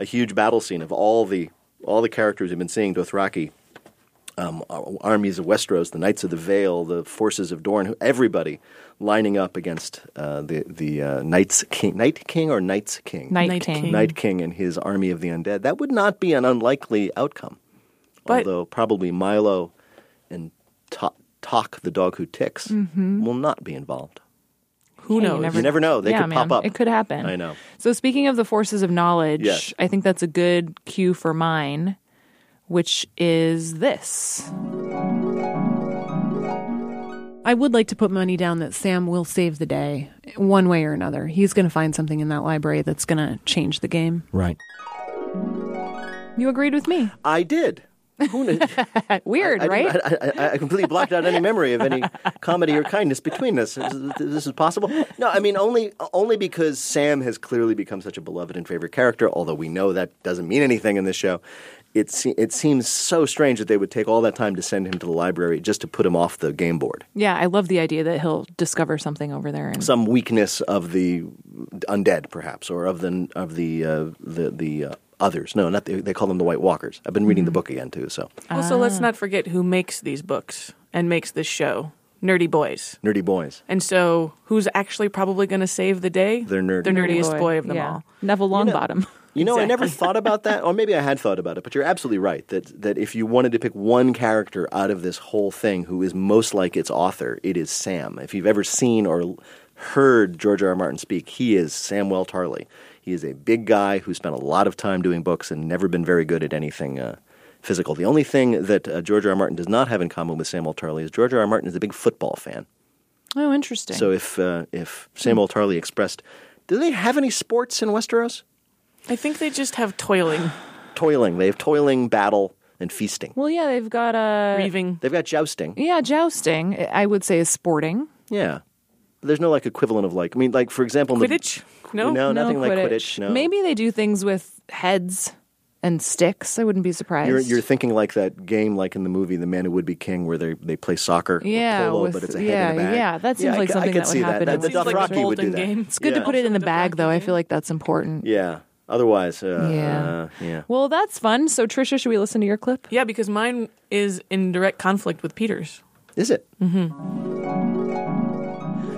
[SPEAKER 3] A huge battle scene of all the all the characters we've been seeing: Dothraki, um, ar- armies of Westeros, the Knights of the Vale, the forces of Dorne. who- Everybody lining up against uh, the the uh, Knights King, Knight King or Knights King,
[SPEAKER 1] Night,
[SPEAKER 2] Night
[SPEAKER 1] King.
[SPEAKER 2] King.
[SPEAKER 3] Night King, and his army of the undead. That would not be an unlikely outcome.
[SPEAKER 2] But-
[SPEAKER 3] although probably Milo and Ta- Tok, the dog who ticks,
[SPEAKER 1] Mm-hmm.
[SPEAKER 3] will not be involved.
[SPEAKER 2] Who
[SPEAKER 1] Hey,
[SPEAKER 2] knows?
[SPEAKER 3] You never know; they
[SPEAKER 1] yeah,
[SPEAKER 3] could
[SPEAKER 1] man.
[SPEAKER 3] pop up.
[SPEAKER 1] It could happen.
[SPEAKER 3] I know.
[SPEAKER 1] So speaking of the forces of knowledge,
[SPEAKER 3] Yes.
[SPEAKER 1] I think that's a good cue for mine, which is this.
[SPEAKER 7] I would like to put money down that Sam will save the day one way or another. He's going to find something in that library that's going to change the game.
[SPEAKER 3] Right.
[SPEAKER 1] You agreed with me.
[SPEAKER 3] I did.
[SPEAKER 1] Weird,
[SPEAKER 3] I didn't-
[SPEAKER 1] right?
[SPEAKER 3] I, I, I completely blocked out any memory of any comedy or kindness between us. Is, is this is possible? No, I mean only only because Sam has clearly become such a beloved and favorite character. Although we know that doesn't mean anything in this show. It, se- it seems so strange that they would take all that time to send him to the library just to put him off the game board.
[SPEAKER 1] yeah, I love the idea that he'll discover something over there. And,
[SPEAKER 3] Some weakness of the undead, perhaps, or of the of the uh, the the uh, others. No, not the, they call them the White Walkers. I've been reading the book again too. So
[SPEAKER 2] Also,
[SPEAKER 7] Ah.
[SPEAKER 2] let's not forget who makes these books and makes this show Nerdy Boys.
[SPEAKER 3] nerdy boys.
[SPEAKER 2] And so, who's actually probably going to save the day?
[SPEAKER 3] They're nerdy.
[SPEAKER 2] The nerdiest boy, of them
[SPEAKER 1] yeah.
[SPEAKER 2] all.
[SPEAKER 1] Neville Longbottom.
[SPEAKER 3] You know, I never thought about that, or maybe I had thought about it. But you're absolutely right that that if you wanted to pick one character out of this whole thing who is most like its author, it is Sam. If you've ever seen or l- heard George R. R. Martin speak, he is Samwell Tarley. He is a big guy who spent a lot of time doing books and never been very good at anything uh, physical. The only thing that uh, George R. R. Martin does not have in common with Samuel Tarley is George R. R. Martin is a big football fan.
[SPEAKER 1] Oh, interesting.
[SPEAKER 3] So if uh, if Samuel Tarley expressed, do they have any sports in Westeros?
[SPEAKER 2] I think they just have toiling,
[SPEAKER 3] toiling. They have toiling, battle, and feasting.
[SPEAKER 1] well, yeah, they've got a
[SPEAKER 2] grieving.
[SPEAKER 3] They've got jousting.
[SPEAKER 1] yeah jousting. I would say is sporting.
[SPEAKER 3] Yeah. There's no like equivalent of like I mean like for example in the-
[SPEAKER 2] Quidditch? No?
[SPEAKER 3] no nothing like Quidditch. No.
[SPEAKER 1] Maybe they do things with heads and sticks. I wouldn't be surprised.
[SPEAKER 3] you're you're thinking like that game like in the movie The Man Who Would Be King where they they play soccer or
[SPEAKER 1] Yeah,
[SPEAKER 3] polo
[SPEAKER 1] with-
[SPEAKER 3] but it's a head
[SPEAKER 1] yeah,
[SPEAKER 3] in a bag.
[SPEAKER 1] yeah, that seems
[SPEAKER 3] I
[SPEAKER 1] like
[SPEAKER 3] c- I
[SPEAKER 1] something
[SPEAKER 3] could
[SPEAKER 1] that would
[SPEAKER 3] see
[SPEAKER 1] happen
[SPEAKER 3] That,
[SPEAKER 1] in
[SPEAKER 3] the
[SPEAKER 1] It seems like
[SPEAKER 3] Dothraki
[SPEAKER 2] the
[SPEAKER 3] would do
[SPEAKER 2] Bolton
[SPEAKER 3] that.
[SPEAKER 2] game.
[SPEAKER 1] it's good
[SPEAKER 3] Yeah.
[SPEAKER 1] to put it in the bag, though. I feel like that's important.
[SPEAKER 3] Yeah. Otherwise, uh,
[SPEAKER 1] Yeah.
[SPEAKER 3] yeah.
[SPEAKER 1] Well, that's fun. So, Trisha, should we listen to your clip?
[SPEAKER 2] Yeah, because mine is in direct conflict with Peter's.
[SPEAKER 3] Is it?
[SPEAKER 4] I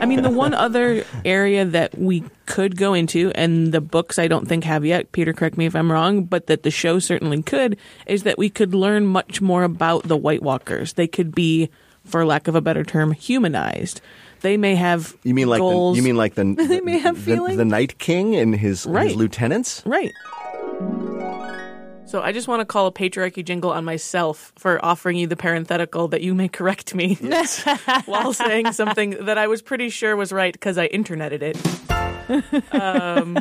[SPEAKER 4] mean, the one other area that we could go into, and the books I don't think have yet, Peter, correct me if I'm wrong, but that the show certainly could, is that we could learn much more about the White Walkers. They could be, for lack of a better term, humanized. They may have
[SPEAKER 3] You mean like
[SPEAKER 4] goals.
[SPEAKER 3] the, you mean like
[SPEAKER 1] (laughs)
[SPEAKER 3] the they
[SPEAKER 1] may have the- feelings.
[SPEAKER 3] the
[SPEAKER 1] the
[SPEAKER 3] Night King and his,
[SPEAKER 4] Right.
[SPEAKER 3] lieutenants.
[SPEAKER 4] right?
[SPEAKER 2] So I just want to call a patriarchy jingle on myself for offering you the parenthetical that you may correct me (laughs) while saying something that I was pretty sure was right because I interneted it. Um,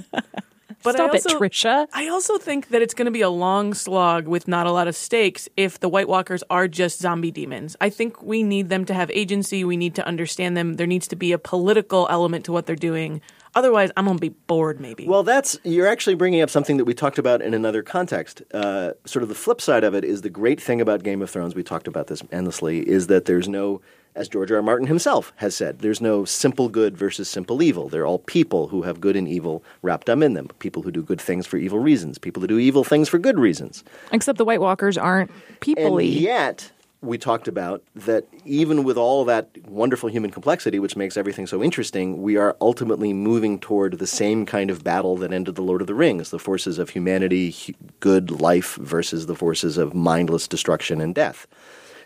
[SPEAKER 2] but
[SPEAKER 1] Stop
[SPEAKER 2] I also,
[SPEAKER 1] it, Trisha.
[SPEAKER 2] I also think that it's going to be a long slog with not a lot of stakes if the White Walkers are just zombie demons. I think we need them to have agency. We need to understand them. There needs to be a political element to what they're doing. Otherwise, I'm going to be bored, maybe.
[SPEAKER 3] Well, that's you're actually bringing up something that we talked about in another context. Uh, sort of the flip side of it is the great thing about Game of Thrones. We talked about this endlessly. Is that there's no, as George R. R. Martin himself has said, there's no simple good versus simple evil. They're all people who have good and evil wrapped up in them. People who do good things for evil reasons. People who do evil things for good reasons.
[SPEAKER 1] Except the White Walkers aren't people
[SPEAKER 3] And yet, we talked about that even with all that wonderful human complexity, which makes everything so interesting, we are ultimately moving toward the same kind of battle that ended The Lord of the Rings the forces of humanity, hu- good life versus the forces of mindless destruction and death.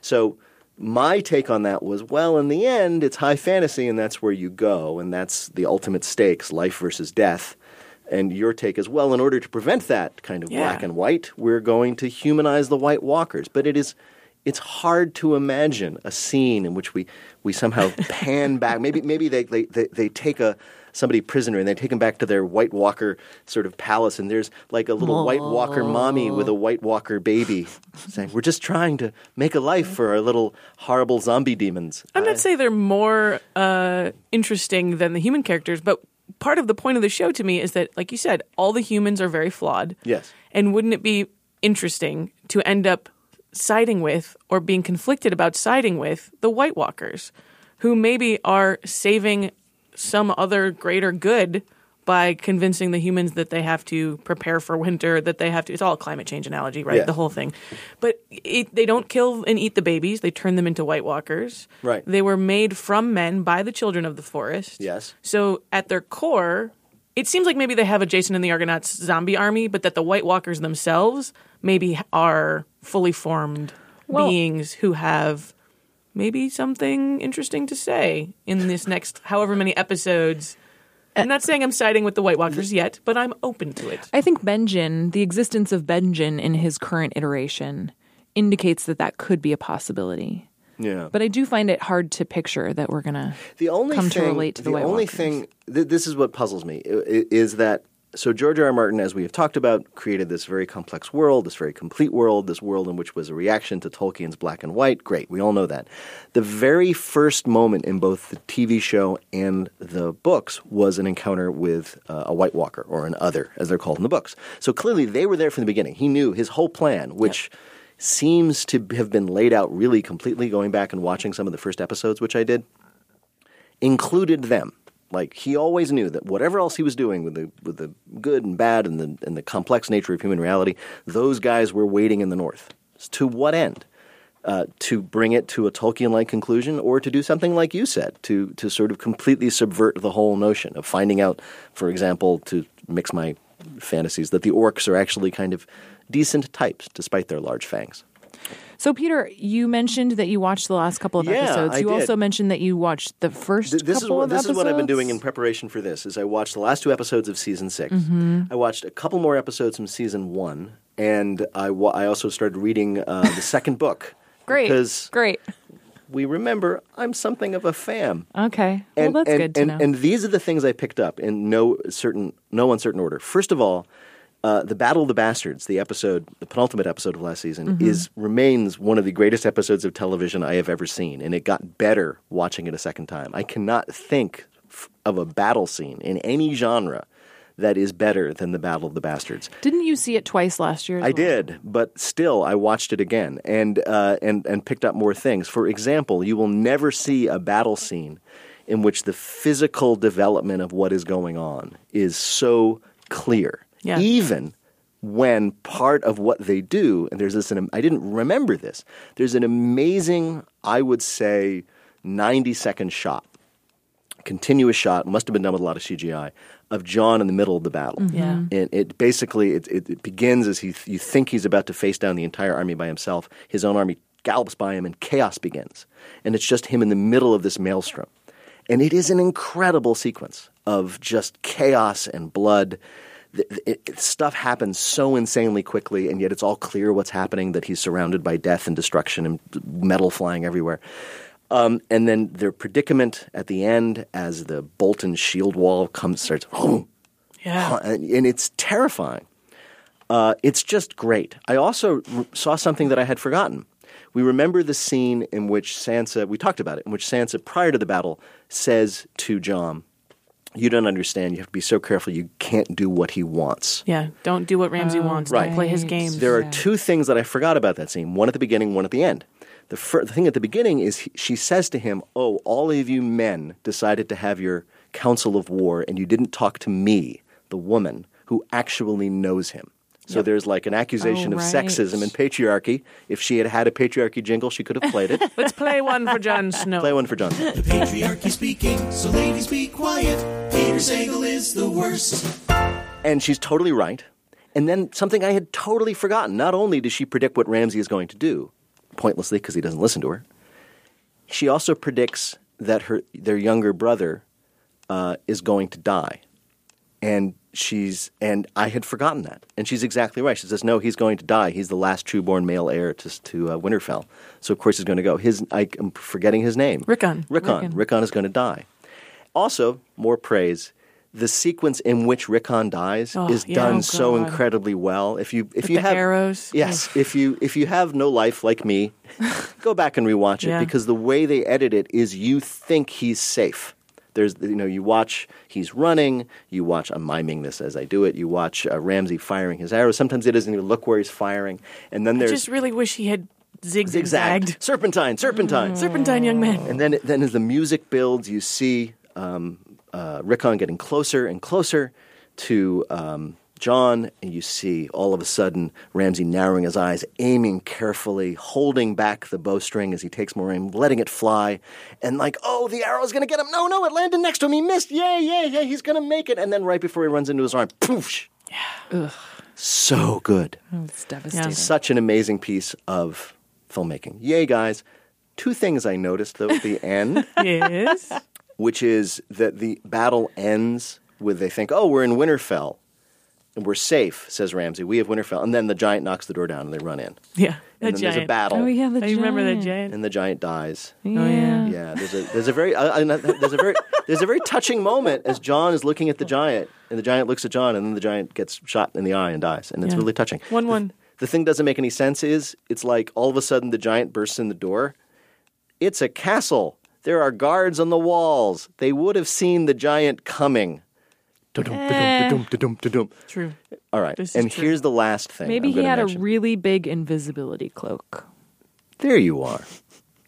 [SPEAKER 3] So, my take on that was well, in the end, it's high fantasy, and that's where you go, and that's the ultimate stakes life versus death. And your take as well, in order to prevent that kind of
[SPEAKER 2] Yeah.
[SPEAKER 3] black and white, we're going to humanize the White Walkers. But it is. It's hard to imagine a scene in which we, we
[SPEAKER 2] (laughs)
[SPEAKER 3] somehow pan back. Maybe maybe they, they, they, they take a somebody prisoner and they take him back to their White Walker sort of palace, and there's like a little White Walker mommy with a White
[SPEAKER 2] (laughs)
[SPEAKER 3] Walker baby saying, "We're just trying to make a life for our little horrible zombie demons." Uh,
[SPEAKER 2] I'm not saying they're more uh, interesting than the human characters, but part of the point of the show to me is that, like you said, all the humans are very flawed.
[SPEAKER 3] Yes.
[SPEAKER 2] And wouldn't it be interesting to end up siding with or being conflicted about siding with the White Walkers, who maybe are saving some other greater good by convincing the humans that they have to prepare for winter, that they have to. It's all a climate change analogy, right?
[SPEAKER 3] Yeah.
[SPEAKER 2] The whole thing. But it, they don't kill and eat the babies, they turn them into White Walkers.
[SPEAKER 3] Right.
[SPEAKER 2] They were made from men by the children of the forest.
[SPEAKER 3] Yes.
[SPEAKER 2] So at their core, it seems like maybe they have a Jason and the Argonauts zombie army, but that the White Walkers themselves maybe are fully formed beings who have maybe something interesting to say in this next however many episodes. I'm not saying I'm siding with the White Walkers
[SPEAKER 3] Eh.
[SPEAKER 2] yet, but I'm open to it.
[SPEAKER 1] I think Benjin, the existence of Benjin in his current iteration, indicates that that could be a possibility.
[SPEAKER 3] yeah.
[SPEAKER 1] But I do find it hard to picture that we're gonna
[SPEAKER 3] the only
[SPEAKER 1] come
[SPEAKER 3] thing,
[SPEAKER 1] to relate to the,
[SPEAKER 3] the
[SPEAKER 1] White
[SPEAKER 3] only
[SPEAKER 1] Walkers.
[SPEAKER 3] thing th- this is what puzzles me i- i- is that So George R. R. Martin, as we have talked about, created this very complex world, this very complete world, this world in which was a reaction to Tolkien's black and white. Great, we all know that. The very first moment in both the TV show and the books was an encounter with uh, a White Walker or an Other, as they're called in the books. So clearly, they were there from the beginning. He knew his whole plan, which. Seems to have been laid out really completely going back and watching some of the first episodes, which I did included them. Like he always knew that whatever else he was doing with the with the good and bad and the and the complex nature of human reality, those guys were waiting in the north. To what end? Uh, to bring it to a Tolkien-like conclusion, or to do something like you said, to to sort of completely subvert the whole notion of finding out, for example, to mix my fantasies that the orcs are actually kind of decent types despite their large fangs.
[SPEAKER 1] So, Peter, you mentioned that you watched the last couple of
[SPEAKER 3] Yeah,
[SPEAKER 1] episodes.
[SPEAKER 3] I
[SPEAKER 1] you
[SPEAKER 3] did.
[SPEAKER 1] also mentioned that you watched the first
[SPEAKER 3] Th- this is
[SPEAKER 1] couple
[SPEAKER 3] what
[SPEAKER 1] of
[SPEAKER 3] this is what I've been doing in
[SPEAKER 1] episodes.
[SPEAKER 3] preparation for this. Is I watched the last two episodes of season 6
[SPEAKER 1] Mm-hmm.
[SPEAKER 3] I watched a couple more episodes from season one, and I wa- I also started reading uh, the second book.
[SPEAKER 1] (laughs) Great.
[SPEAKER 3] because
[SPEAKER 1] Great.
[SPEAKER 3] we remember I'm something of a fam.
[SPEAKER 1] Okay. Well, that's
[SPEAKER 3] and,
[SPEAKER 1] good to
[SPEAKER 3] and,
[SPEAKER 1] know.
[SPEAKER 3] And these are the things I picked up in no certain, no uncertain order. First of all, uh, the Battle of the Bastards, the episode, the penultimate episode of last season,
[SPEAKER 1] Mm-hmm.
[SPEAKER 3] is remains one of the greatest episodes of television I have ever seen, and it got better watching it a second time. I cannot think f- of a battle scene in any genre that is better than the Battle of the Bastards.
[SPEAKER 1] Didn't you see it twice last year? as
[SPEAKER 3] I
[SPEAKER 1] well?
[SPEAKER 3] did, but still, I watched it again and uh, and and picked up more things. For example, you will never see a battle scene in which the physical development of what is going on is so clear,
[SPEAKER 4] Yeah.
[SPEAKER 3] even when part of what they do and there's this an, I didn't remember this. There's an amazing, I would say, ninety second shot continuous shot must have been done with a lot of CGI of John in the middle of the battle.
[SPEAKER 1] Yeah.
[SPEAKER 3] and it basically it, it, it begins as he you think he's about to face down the entire army by himself. His own army gallops by him, and chaos begins. And it's just him in the middle of this maelstrom, and it is an incredible sequence of just chaos and blood. Th- th- It, it- stuff happens so insanely quickly, and yet it's all clear what's happening. That he's surrounded by death and destruction and metal flying everywhere. Um, and then their predicament at the end as the Bolton shield wall comes starts, (gasps)
[SPEAKER 2] Yeah.
[SPEAKER 3] and, Uh, and it's terrifying. Uh, it's just great. I also r- saw something that I had forgotten. We remember the scene in which Sansa, we talked about it, in which Sansa, prior to the battle, says to John, You don't understand. You have to be so careful. You can't do what he wants.
[SPEAKER 2] Yeah. Don't do what Ramsey wants. Don't play his games.
[SPEAKER 3] There are two things that I forgot about that scene one at the beginning, one at the end. The, fir- the thing at the beginning is he, she says to him, Oh, all of you men decided to have your council of war, and you didn't talk to me, the woman who actually knows him. So there's like an accusation
[SPEAKER 1] Oh,
[SPEAKER 3] of
[SPEAKER 1] right.
[SPEAKER 3] sexism and patriarchy. If she had had a patriarchy jingle, she could have played
[SPEAKER 2] (laughs)
[SPEAKER 3] it.
[SPEAKER 2] Let's play one for Jon Snow.
[SPEAKER 3] Play one for John.
[SPEAKER 8] Patriarchy speaking, so ladies be quiet. Peter Sagal is the worst.
[SPEAKER 3] And she's totally right. And then something I had totally forgotten. Not only does she predict what Ramsey is going to do, pointlessly because he doesn't listen to her, she also predicts that her their younger brother uh, is going to die. And she's and I had forgotten that. And she's exactly right. She says, "No, he's going to die. He's the last true-born male heir to to uh, Winterfell. So of course he's going to go. His I, am forgetting his name.
[SPEAKER 2] Rickon.
[SPEAKER 3] Rickon. Rickon is going to die. Also, more praise. The sequence in which Rickon dies
[SPEAKER 2] Oh,
[SPEAKER 3] is
[SPEAKER 2] yeah.
[SPEAKER 3] done
[SPEAKER 2] Oh,
[SPEAKER 3] so
[SPEAKER 2] God.
[SPEAKER 3] incredibly well. If you if you
[SPEAKER 2] the
[SPEAKER 3] have
[SPEAKER 2] arrows. Oh.
[SPEAKER 3] yes, if you if you have no life
[SPEAKER 2] (laughs)
[SPEAKER 3] like me, go back and rewatch it
[SPEAKER 2] Yeah.
[SPEAKER 3] because the way they edit it is you think he's safe. There's you know you watch he's running, you watch I'm miming this as I do it. You watch uh, Ramsey firing his arrows. Sometimes he doesn't even look where he's firing, and then
[SPEAKER 2] I
[SPEAKER 3] there's
[SPEAKER 2] just really wish he had zigzagged.
[SPEAKER 3] zigzagged serpentine, serpentine,
[SPEAKER 2] Mm. Serpentine young man.
[SPEAKER 3] and then, then as the music builds, you see um, uh, Rickon getting closer and closer to um, John, and you see all of a sudden Ramsey narrowing his eyes, aiming carefully, holding back the bowstring as he takes more aim, letting it fly, and like, oh, the arrow's gonna get him. No, no, it landed next to him. He missed. Yay, yay, yay, he's gonna make it. And then right before he runs into his arm, poof. Yeah. So good
[SPEAKER 7] It's devastating.
[SPEAKER 3] such an amazing piece of filmmaking. Yay, guys. Two things I noticed, though, at
[SPEAKER 1] (laughs)
[SPEAKER 3] the end,
[SPEAKER 2] (laughs) Yes.
[SPEAKER 3] which is that the battle ends with they think, oh, we're in Winterfell. and we're safe, says Ramsey. We have Winterfell. And then the giant knocks the door down and they run in.
[SPEAKER 2] Yeah.
[SPEAKER 3] (laughs) And then there's a battle.
[SPEAKER 1] Oh yeah, the
[SPEAKER 2] I remember the
[SPEAKER 1] giant.
[SPEAKER 2] giant.
[SPEAKER 3] And the giant dies.
[SPEAKER 1] Oh, yeah.
[SPEAKER 3] Yeah. There's a there's a very uh, uh, there's a very there's a very touching moment as John is looking at the giant and the giant looks at John and then the giant gets shot in the eye and dies and it's
[SPEAKER 2] Yeah.
[SPEAKER 3] really touching.
[SPEAKER 2] One one.
[SPEAKER 3] The thing doesn't make any sense is it's like all of a sudden the giant bursts in the door. It's a castle. There are guards on the walls. They would have seen the giant coming. Da-dum, da-dum, da-dum, da-dum, da-dum.
[SPEAKER 2] True.
[SPEAKER 3] All right.
[SPEAKER 2] This is
[SPEAKER 3] And
[SPEAKER 2] true.
[SPEAKER 3] here's the last thing.
[SPEAKER 1] Maybe
[SPEAKER 3] I'm
[SPEAKER 1] he
[SPEAKER 3] gonna
[SPEAKER 1] had
[SPEAKER 3] mention.
[SPEAKER 1] a really big invisibility cloak.
[SPEAKER 3] There you are.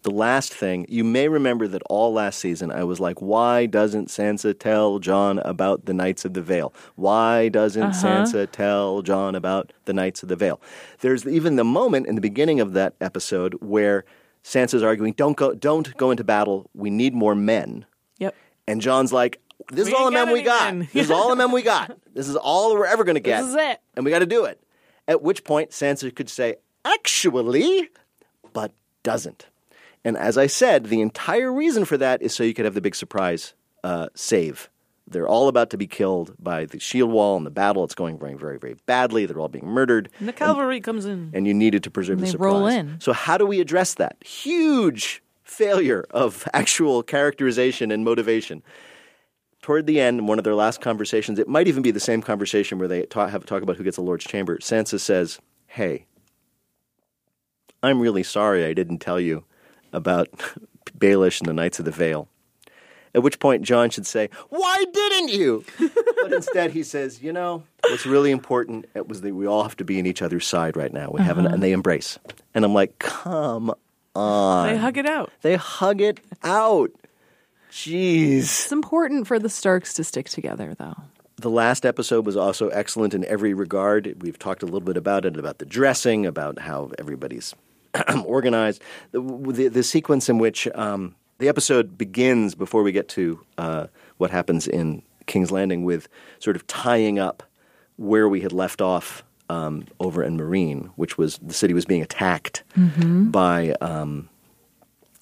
[SPEAKER 3] The last thing, you may remember that all last season I was like, why doesn't Sansa tell John about the Knights of the Vale? Why doesn't Sansa tell John about the Knights of the Vale? There's even the moment in the beginning of that episode where Sansa's arguing, don't go, don't go into battle. We need more men.
[SPEAKER 2] Yep.
[SPEAKER 3] And John's like, this is
[SPEAKER 2] We
[SPEAKER 3] all the
[SPEAKER 2] ain't got
[SPEAKER 3] men we
[SPEAKER 2] any
[SPEAKER 3] got.
[SPEAKER 2] men.
[SPEAKER 3] This is all the men
[SPEAKER 2] (laughs)
[SPEAKER 3] we got. This is all we're ever going to get.
[SPEAKER 1] This is it.
[SPEAKER 3] And we got to do it. At which point, Sansa could say, actually, but doesn't. And as I said, the entire reason for that is so you could have the big surprise uh, save. They're all about to be killed by the shield wall and the battle. It's going very, very, very badly. They're all being murdered
[SPEAKER 2] And the cavalry comes in.
[SPEAKER 3] and you needed to preserve the
[SPEAKER 1] Mm-hmm. They
[SPEAKER 3] surprise.
[SPEAKER 1] roll in.
[SPEAKER 3] So how do we address that huge failure of (laughs) actual characterization and motivation? Toward the end, in one of their last conversations, it might even be the same conversation where they ta have a talk about who gets a lord's chamber. Sansa says, "Hey, I'm really sorry I didn't tell you about (laughs) Baelish and the Knights of the Vale." At which point, John should say, "Why didn't you?" but instead, he says, "You know, what's really important it was that we all have to be in each other's side right now. We haven't, and they embrace." And I'm like, "Come on!"
[SPEAKER 2] They hug it out.
[SPEAKER 3] They hug it out. Jeez.
[SPEAKER 1] It's important for the Starks to stick together, though.
[SPEAKER 3] The last episode was also excellent in every regard. We've talked a little bit about it, about the dressing, about how everybody's (clears throat) organized. The, the, the sequence in which um, the episode begins before we get to uh, what happens in King's Landing with sort of tying up where we had left off um, over in Marine, which was the city was being attacked
[SPEAKER 2] Mm-hmm.
[SPEAKER 3] by. Um,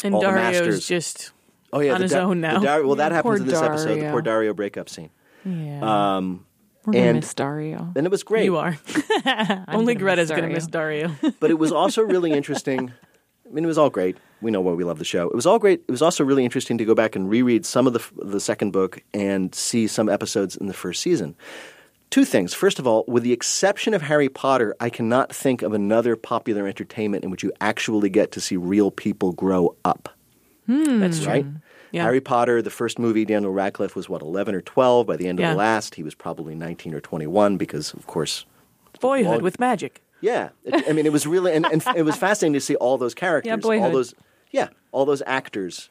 [SPEAKER 2] And
[SPEAKER 3] All the masters.
[SPEAKER 2] Dario's just
[SPEAKER 3] oh yeah,
[SPEAKER 2] on
[SPEAKER 3] the
[SPEAKER 2] his
[SPEAKER 3] Dar-
[SPEAKER 2] own now.
[SPEAKER 3] the Dar- well, that
[SPEAKER 1] poor
[SPEAKER 3] happens in this episode, the
[SPEAKER 1] Dario.
[SPEAKER 3] poor Dario breakup scene.
[SPEAKER 1] Yeah.
[SPEAKER 3] Um,
[SPEAKER 1] We're going to
[SPEAKER 3] and-
[SPEAKER 1] miss Dario.
[SPEAKER 3] and it was great.
[SPEAKER 2] You
[SPEAKER 1] (laughs)
[SPEAKER 2] are. (laughs) Only
[SPEAKER 1] gonna
[SPEAKER 2] Greta's
[SPEAKER 1] miss
[SPEAKER 2] going to miss Dario.
[SPEAKER 3] but it was also really interesting. I mean, it was all great. We know why we love the show. It was all great. It was also really interesting to go back and reread some of the f- the second book and see some episodes in the first season. Two things. First of all, with the exception of Harry Potter, I cannot think of another popular entertainment in which you actually get to see real people grow up.
[SPEAKER 2] That's true.
[SPEAKER 3] Right? Harry Potter, the first movie, Daniel Radcliffe was what, 11 or 12? By the end of
[SPEAKER 2] Yeah.
[SPEAKER 3] the last, he was probably 19 or 21 because, of course,
[SPEAKER 2] Boyhood with magic.
[SPEAKER 3] yeah, It- I mean, it was really, and, and it was fascinating to see all those characters,
[SPEAKER 1] Yeah, Boyhood.
[SPEAKER 3] all those, yeah, all those actors,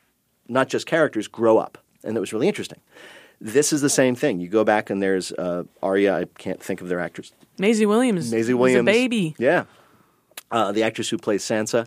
[SPEAKER 3] not just characters, grow up, and that was really interesting. This is the same thing. You go back and there's uh, Arya. I can't think of their actress.
[SPEAKER 2] Maisie Williams.
[SPEAKER 3] Maisie
[SPEAKER 2] was
[SPEAKER 3] Williams,
[SPEAKER 2] a baby.
[SPEAKER 3] Yeah, uh, the actress who plays Sansa.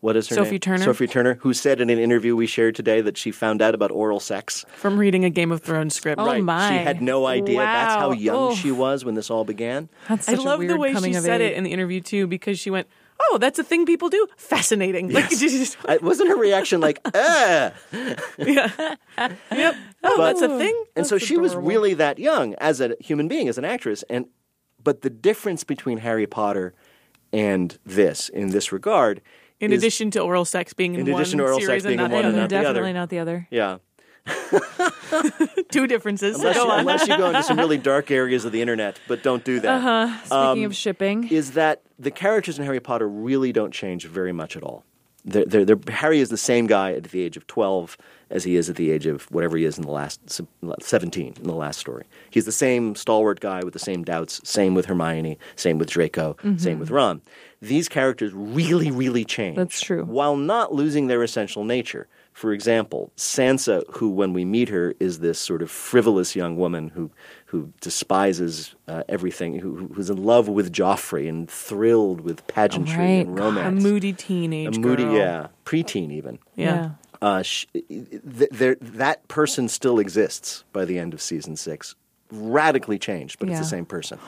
[SPEAKER 3] What is her
[SPEAKER 2] Sophie
[SPEAKER 3] name?
[SPEAKER 2] Turner.
[SPEAKER 3] Sophie Turner, who said in an interview we shared today that she found out about oral sex.
[SPEAKER 2] From reading a Game of Thrones script.
[SPEAKER 1] Oh,
[SPEAKER 3] right.
[SPEAKER 1] my.
[SPEAKER 3] She had no idea. That's how
[SPEAKER 2] Wow.
[SPEAKER 3] young
[SPEAKER 2] Oof.
[SPEAKER 3] she was when this all began.
[SPEAKER 1] That's
[SPEAKER 2] I
[SPEAKER 1] such a
[SPEAKER 2] love the
[SPEAKER 1] weird
[SPEAKER 2] way she
[SPEAKER 1] coming of
[SPEAKER 2] said
[SPEAKER 1] age.
[SPEAKER 2] it in the interview too, because she went, "Oh, that's a thing people do. Fascinating." (laughs) Like, she just-
[SPEAKER 3] I, wasn't her reaction like, "Uh"?
[SPEAKER 2] oh,
[SPEAKER 3] But-
[SPEAKER 2] that's a thing.
[SPEAKER 3] And so she was really that young as a human being, as an actress. And but the difference between Harry Potter and this, in this regard,
[SPEAKER 2] In
[SPEAKER 3] is-
[SPEAKER 2] addition to oral sex being in,
[SPEAKER 3] In
[SPEAKER 2] one
[SPEAKER 3] addition to oral
[SPEAKER 2] series
[SPEAKER 3] sex
[SPEAKER 2] and
[SPEAKER 3] being
[SPEAKER 2] not
[SPEAKER 3] in one
[SPEAKER 2] the
[SPEAKER 3] and
[SPEAKER 2] other.
[SPEAKER 3] not the other.
[SPEAKER 1] Definitely not the other.
[SPEAKER 3] yeah.
[SPEAKER 2] two differences. (laughs)
[SPEAKER 3] Unless
[SPEAKER 2] Go
[SPEAKER 3] you,
[SPEAKER 2] on.
[SPEAKER 3] unless you go into some really dark areas of the internet, but don't do that.
[SPEAKER 2] Uh-huh.
[SPEAKER 1] Speaking
[SPEAKER 3] Um,
[SPEAKER 1] of shipping,
[SPEAKER 3] Is that the characters in Harry Potter really don't change very much at all? They're, they're, they're, Harry is the same guy at the age of twelve as he is at the age of whatever he is in the last se- seventeen in the last story. He's the same stalwart guy with the same doubts. Same with Hermione. Same with Draco. Same with Ron. These characters really, really change.
[SPEAKER 1] Mm-hmm. That's true.
[SPEAKER 3] While not losing their essential nature. For example, Sansa, who when we meet her is this sort of frivolous young woman who who despises uh, everything, who, who- who's in love with Joffrey and thrilled with pageantry and
[SPEAKER 1] Right.
[SPEAKER 2] a
[SPEAKER 3] romance.
[SPEAKER 2] moody teenage
[SPEAKER 3] A moody,
[SPEAKER 2] girl.
[SPEAKER 3] yeah, preteen even.
[SPEAKER 2] yeah.
[SPEAKER 3] Uh, sh- th- there, that person still exists by the end of season six. Radically changed, but it's the
[SPEAKER 1] Yeah.
[SPEAKER 3] same person.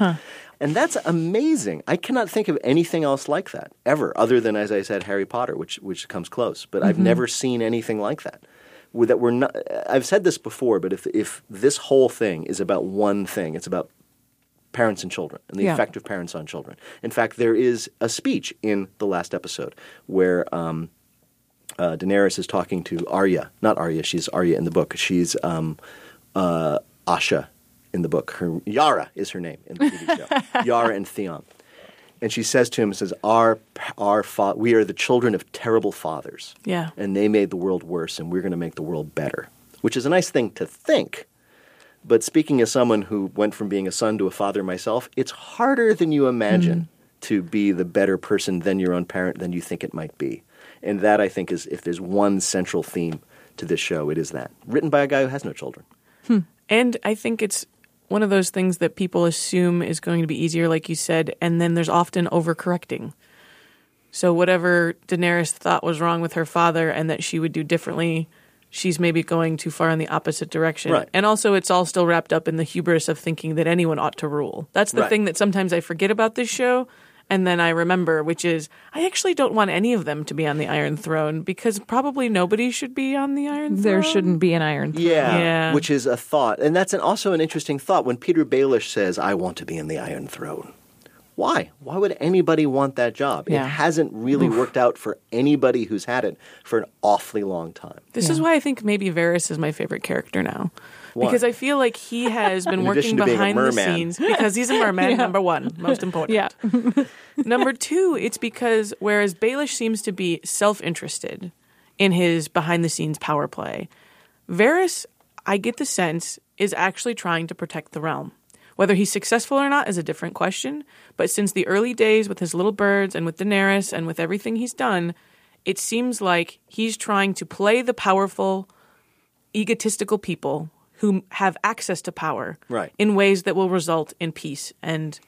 [SPEAKER 3] And that's amazing. I cannot think of anything else like that ever, other than, as I said, Harry Potter, which, which comes close. But I've never seen anything like that. Where that we're not, I've said this before, but if, if this whole thing is about one thing, it's about parents and children and the
[SPEAKER 9] Yeah.
[SPEAKER 3] effect of parents on children. In fact, there is a speech in the last episode where um, uh, Daenerys is talking to Arya. Not Arya, she's Arya in the book. She's um, uh, Asha in the book. Her, Yara is her name in the TV show. Yara and Theon. And she says to him, says, our, our fa- we are the children of terrible fathers
[SPEAKER 1] Yeah.
[SPEAKER 3] and they made the world worse, and we're going to make the world better, which is a nice thing to think. But speaking as someone who went from being a son to a father myself, it's harder than you imagine to be the better person than your own parent than you think it might be. And that, I think, is if there's one central theme to this show, it is that. Written by a guy who has no children.
[SPEAKER 1] And
[SPEAKER 2] I think it's one of those things that people assume is going to be easier, like you said, and then there's often overcorrecting. So whatever Daenerys thought was wrong with her father and that she would do differently, she's maybe going too far in the opposite direction.
[SPEAKER 3] Right.
[SPEAKER 2] And also it's all still wrapped up in the hubris of thinking that anyone ought to rule. That's the
[SPEAKER 3] Right.
[SPEAKER 2] thing that sometimes I forget about this show and then I remember, which is I actually don't want any of them to be on the Iron Throne because probably nobody should be on the Iron Throne.
[SPEAKER 1] there shouldn't be an iron. Throne.
[SPEAKER 3] Yeah, which is a thought, and that's an, also an interesting thought. When Peter Baelish says, "I want to be in the Iron Throne," why? Why would anybody want that job?
[SPEAKER 2] Yeah.
[SPEAKER 3] It hasn't really
[SPEAKER 2] Oof.
[SPEAKER 3] worked out for anybody who's had it for an awfully long time.
[SPEAKER 2] This is why I think maybe Varys is my favorite character now.
[SPEAKER 3] Why?
[SPEAKER 2] Because I feel like he
[SPEAKER 1] (laughs)
[SPEAKER 2] has been
[SPEAKER 3] In
[SPEAKER 2] working
[SPEAKER 3] addition to being a
[SPEAKER 2] behind the
[SPEAKER 3] merman.
[SPEAKER 2] scenes because he's a merman,
[SPEAKER 1] Yeah.
[SPEAKER 2] number one, most important.
[SPEAKER 1] Yeah.
[SPEAKER 2] number two, it's because whereas Baelish seems to be self interested in his behind the scenes power play, Varys, I get the sense, is actually trying to protect the realm. Whether he's successful or not is a different question, but since the early days with his little birds and with Daenerys and with everything he's done, it seems like he's trying to play the powerful, egotistical people who have access to power
[SPEAKER 3] Right.
[SPEAKER 2] in ways that will result in peace and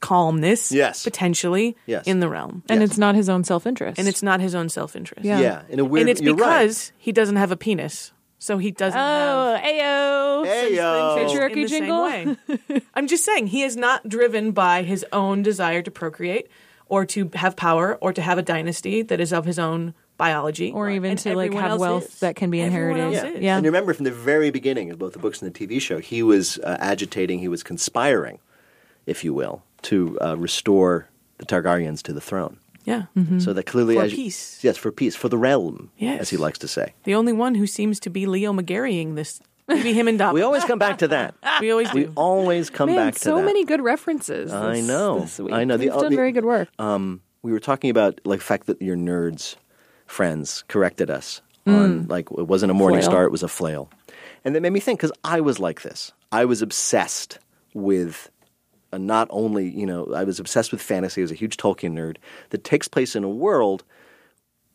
[SPEAKER 2] calmness,
[SPEAKER 3] Yes.
[SPEAKER 2] potentially,
[SPEAKER 3] Yes.
[SPEAKER 2] in the realm.
[SPEAKER 1] And it's not his own self interest.
[SPEAKER 2] And it's not his own self interest.
[SPEAKER 3] Yeah. Yeah, in a weird-
[SPEAKER 2] and it's
[SPEAKER 3] you're right.
[SPEAKER 2] because he doesn't have a penis, so he doesn't.
[SPEAKER 1] Oh, ayo.
[SPEAKER 3] Ayo.
[SPEAKER 1] Patriarchy
[SPEAKER 2] in the same
[SPEAKER 1] jingle? (laughs)
[SPEAKER 2] way. I'm just saying he is not driven by his own desire to procreate or to have power or to have a dynasty that is of his own biology
[SPEAKER 1] Or even
[SPEAKER 2] And
[SPEAKER 1] to like
[SPEAKER 2] everyone
[SPEAKER 1] have
[SPEAKER 2] else
[SPEAKER 1] wealth
[SPEAKER 2] is.
[SPEAKER 1] that can be
[SPEAKER 2] Everyone
[SPEAKER 1] inherited.
[SPEAKER 2] else is.
[SPEAKER 1] Yeah.
[SPEAKER 3] And remember, from the very beginning of both the books and the TV show, he was uh, agitating, he was conspiring, if you will, to uh, restore the Targaryens to the throne.
[SPEAKER 2] Yeah.
[SPEAKER 3] So that clearly,
[SPEAKER 2] Mm-hmm. For
[SPEAKER 3] as you-
[SPEAKER 2] peace.
[SPEAKER 3] yes, for peace, for the realm,
[SPEAKER 2] Yes.
[SPEAKER 3] as he likes to say.
[SPEAKER 2] The only one who seems to be Leo McGarrying this. Maybe him and Dobby.
[SPEAKER 3] We always come back
[SPEAKER 7] (laughs)
[SPEAKER 3] to that.
[SPEAKER 2] We always do.
[SPEAKER 3] We always come
[SPEAKER 7] Man,
[SPEAKER 3] back to
[SPEAKER 7] so
[SPEAKER 3] that.
[SPEAKER 7] many good references.
[SPEAKER 3] I
[SPEAKER 7] this-
[SPEAKER 3] know.
[SPEAKER 7] This week.
[SPEAKER 3] I know. uh,
[SPEAKER 7] You've done very good work.
[SPEAKER 3] Um, we were talking about like the fact that your nerds friends corrected us
[SPEAKER 7] Mm.
[SPEAKER 3] on like it wasn't a morning
[SPEAKER 8] Flail.
[SPEAKER 3] star, it was a flail, and that made me think because I was like this. I was obsessed with. uh not only, you know, I was obsessed with fantasy. I was a huge Tolkien nerd that takes place in a world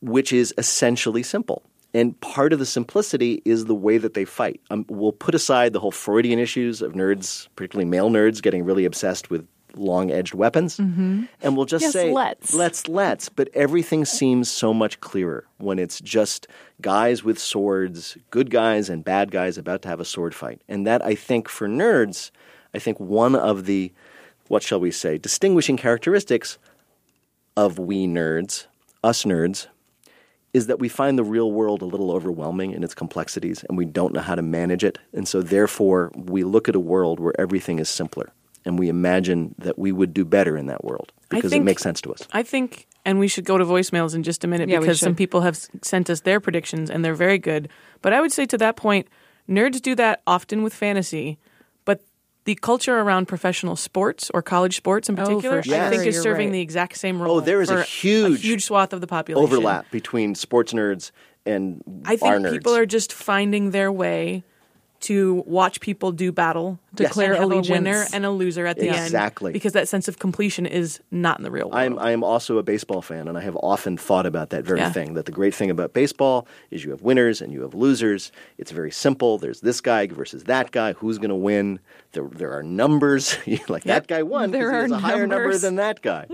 [SPEAKER 3] which is essentially simple. And part of the simplicity is the way that they fight. Um, we'll put aside the whole Freudian issues of nerds, particularly male nerds, getting really obsessed with long edged weapons. And we'll just
[SPEAKER 8] Mm-hmm. Yes,
[SPEAKER 3] say,
[SPEAKER 8] let's.
[SPEAKER 3] let's, let's. But everything seems so much clearer when it's just guys with swords, good guys and bad guys about to have a sword fight. And that, I think, for nerds, I think one of the, what shall we say, distinguishing characteristics of we nerds, us nerds, is that we find the real world a little overwhelming in its complexities and we don't know how to manage it. And so, therefore, we look at a world where everything is simpler and we imagine that we would do better in that world
[SPEAKER 2] I
[SPEAKER 3] because it
[SPEAKER 2] think-
[SPEAKER 3] makes sense to us.
[SPEAKER 2] I think, and we should go to voicemails in just a minute
[SPEAKER 1] Yeah, we
[SPEAKER 2] because some
[SPEAKER 1] should.
[SPEAKER 2] people have s- sent us their predictions and they're very good. But I would say to that point, nerds do that often with fantasy, but the culture around professional sports or college sports in
[SPEAKER 1] Oh, for
[SPEAKER 2] particular, I
[SPEAKER 1] sure,
[SPEAKER 2] think, is
[SPEAKER 1] you're
[SPEAKER 2] serving
[SPEAKER 1] right.
[SPEAKER 2] the exact same role.
[SPEAKER 3] Oh, there is a
[SPEAKER 2] for
[SPEAKER 3] huge
[SPEAKER 2] huge swath of the population
[SPEAKER 3] Overlap between sports nerds and
[SPEAKER 2] I
[SPEAKER 3] our
[SPEAKER 2] think
[SPEAKER 3] nerds.
[SPEAKER 2] people are just finding their way to watch people do battle,
[SPEAKER 1] Declare
[SPEAKER 2] and have
[SPEAKER 1] allegiance.
[SPEAKER 2] a winner and a loser at the end,
[SPEAKER 3] Exactly.
[SPEAKER 2] because that sense of completion is not in the real world.
[SPEAKER 3] I'm I'm also a baseball fan, and I have often thought about that very
[SPEAKER 2] Yeah.
[SPEAKER 3] thing. That the great thing about baseball is you have winners and you have losers. It's very simple. There's this guy versus that guy. Who's going to win? There there are numbers. (laughs) like that guy won. 'cause
[SPEAKER 1] There
[SPEAKER 3] he has
[SPEAKER 1] are
[SPEAKER 3] a higher number
[SPEAKER 1] numbers.
[SPEAKER 3] than that
[SPEAKER 1] (laughs)
[SPEAKER 3] guy.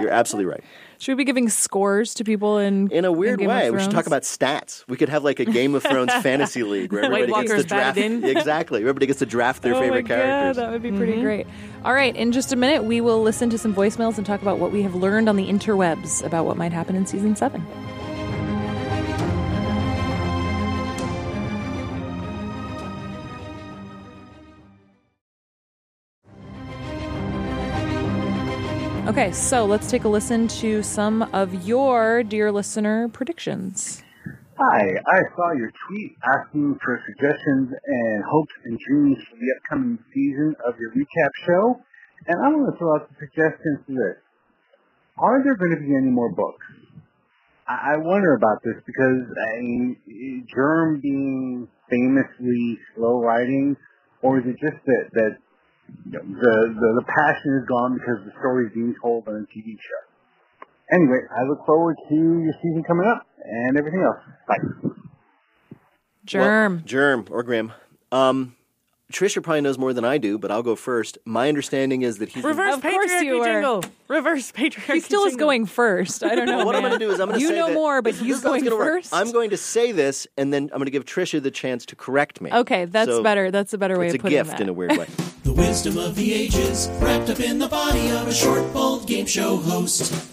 [SPEAKER 3] You're absolutely right.
[SPEAKER 1] Should we be giving scores to people in
[SPEAKER 3] In a weird
[SPEAKER 1] Game of
[SPEAKER 3] way, we should talk
[SPEAKER 1] Thrones?
[SPEAKER 3] about stats. We could have like a Game of
[SPEAKER 1] (laughs)
[SPEAKER 3] Thrones fantasy league where
[SPEAKER 1] White
[SPEAKER 3] everybody gets
[SPEAKER 1] Walkers
[SPEAKER 3] to draft.
[SPEAKER 1] batted in.
[SPEAKER 3] Exactly, everybody gets to draft their
[SPEAKER 1] oh
[SPEAKER 3] favorite
[SPEAKER 1] my
[SPEAKER 3] characters.
[SPEAKER 1] God, that would be pretty great. All right, in just a minute, we will listen to some voicemails and talk about what we have learned on the interwebs about what might happen in season seven. Okay, so let's take a listen to some of your dear listener predictions.
[SPEAKER 9] Hi, I saw your tweet asking for suggestions and hopes and dreams for the upcoming season of your recap show, and I want to throw out the suggestion for this. Are there going to be any more books? I, I wonder about this because I mean, Germ being famously slow writing, or is it just that, that you know, the, the, the passion is gone because the story is being told on a TV show? Anyway, I look forward to your season coming up and everything else. Bye.
[SPEAKER 3] (laughs)
[SPEAKER 1] Germ.
[SPEAKER 3] Well, germ or Grim. Um, Trisha probably knows more than I do, but I'll go first. My understanding is that he's
[SPEAKER 2] Reverse
[SPEAKER 1] Of course
[SPEAKER 2] patriarchy
[SPEAKER 1] you were.
[SPEAKER 2] jingle. Reverse patriarchy.
[SPEAKER 1] He still is
[SPEAKER 2] jingle.
[SPEAKER 1] going first.
[SPEAKER 3] (laughs)
[SPEAKER 1] I don't know.
[SPEAKER 3] what I'm
[SPEAKER 1] man.
[SPEAKER 3] going to do is I'm going to
[SPEAKER 1] You
[SPEAKER 3] say
[SPEAKER 1] know
[SPEAKER 3] that-
[SPEAKER 1] more,
[SPEAKER 3] (laughs)
[SPEAKER 1] but
[SPEAKER 3] this is
[SPEAKER 1] he's
[SPEAKER 3] how it's
[SPEAKER 1] going
[SPEAKER 3] gonna work.
[SPEAKER 1] first.
[SPEAKER 3] I'm going to say this, and then I'm going to give Trisha the chance to correct me.
[SPEAKER 1] Okay, that's
[SPEAKER 3] So
[SPEAKER 1] better. That's a better way
[SPEAKER 3] It's
[SPEAKER 1] of
[SPEAKER 3] a
[SPEAKER 1] putting
[SPEAKER 3] gift
[SPEAKER 1] that.
[SPEAKER 3] in a weird
[SPEAKER 1] (laughs)
[SPEAKER 3] way.
[SPEAKER 8] The wisdom of the ages wrapped up in the body of a short, bold game show host.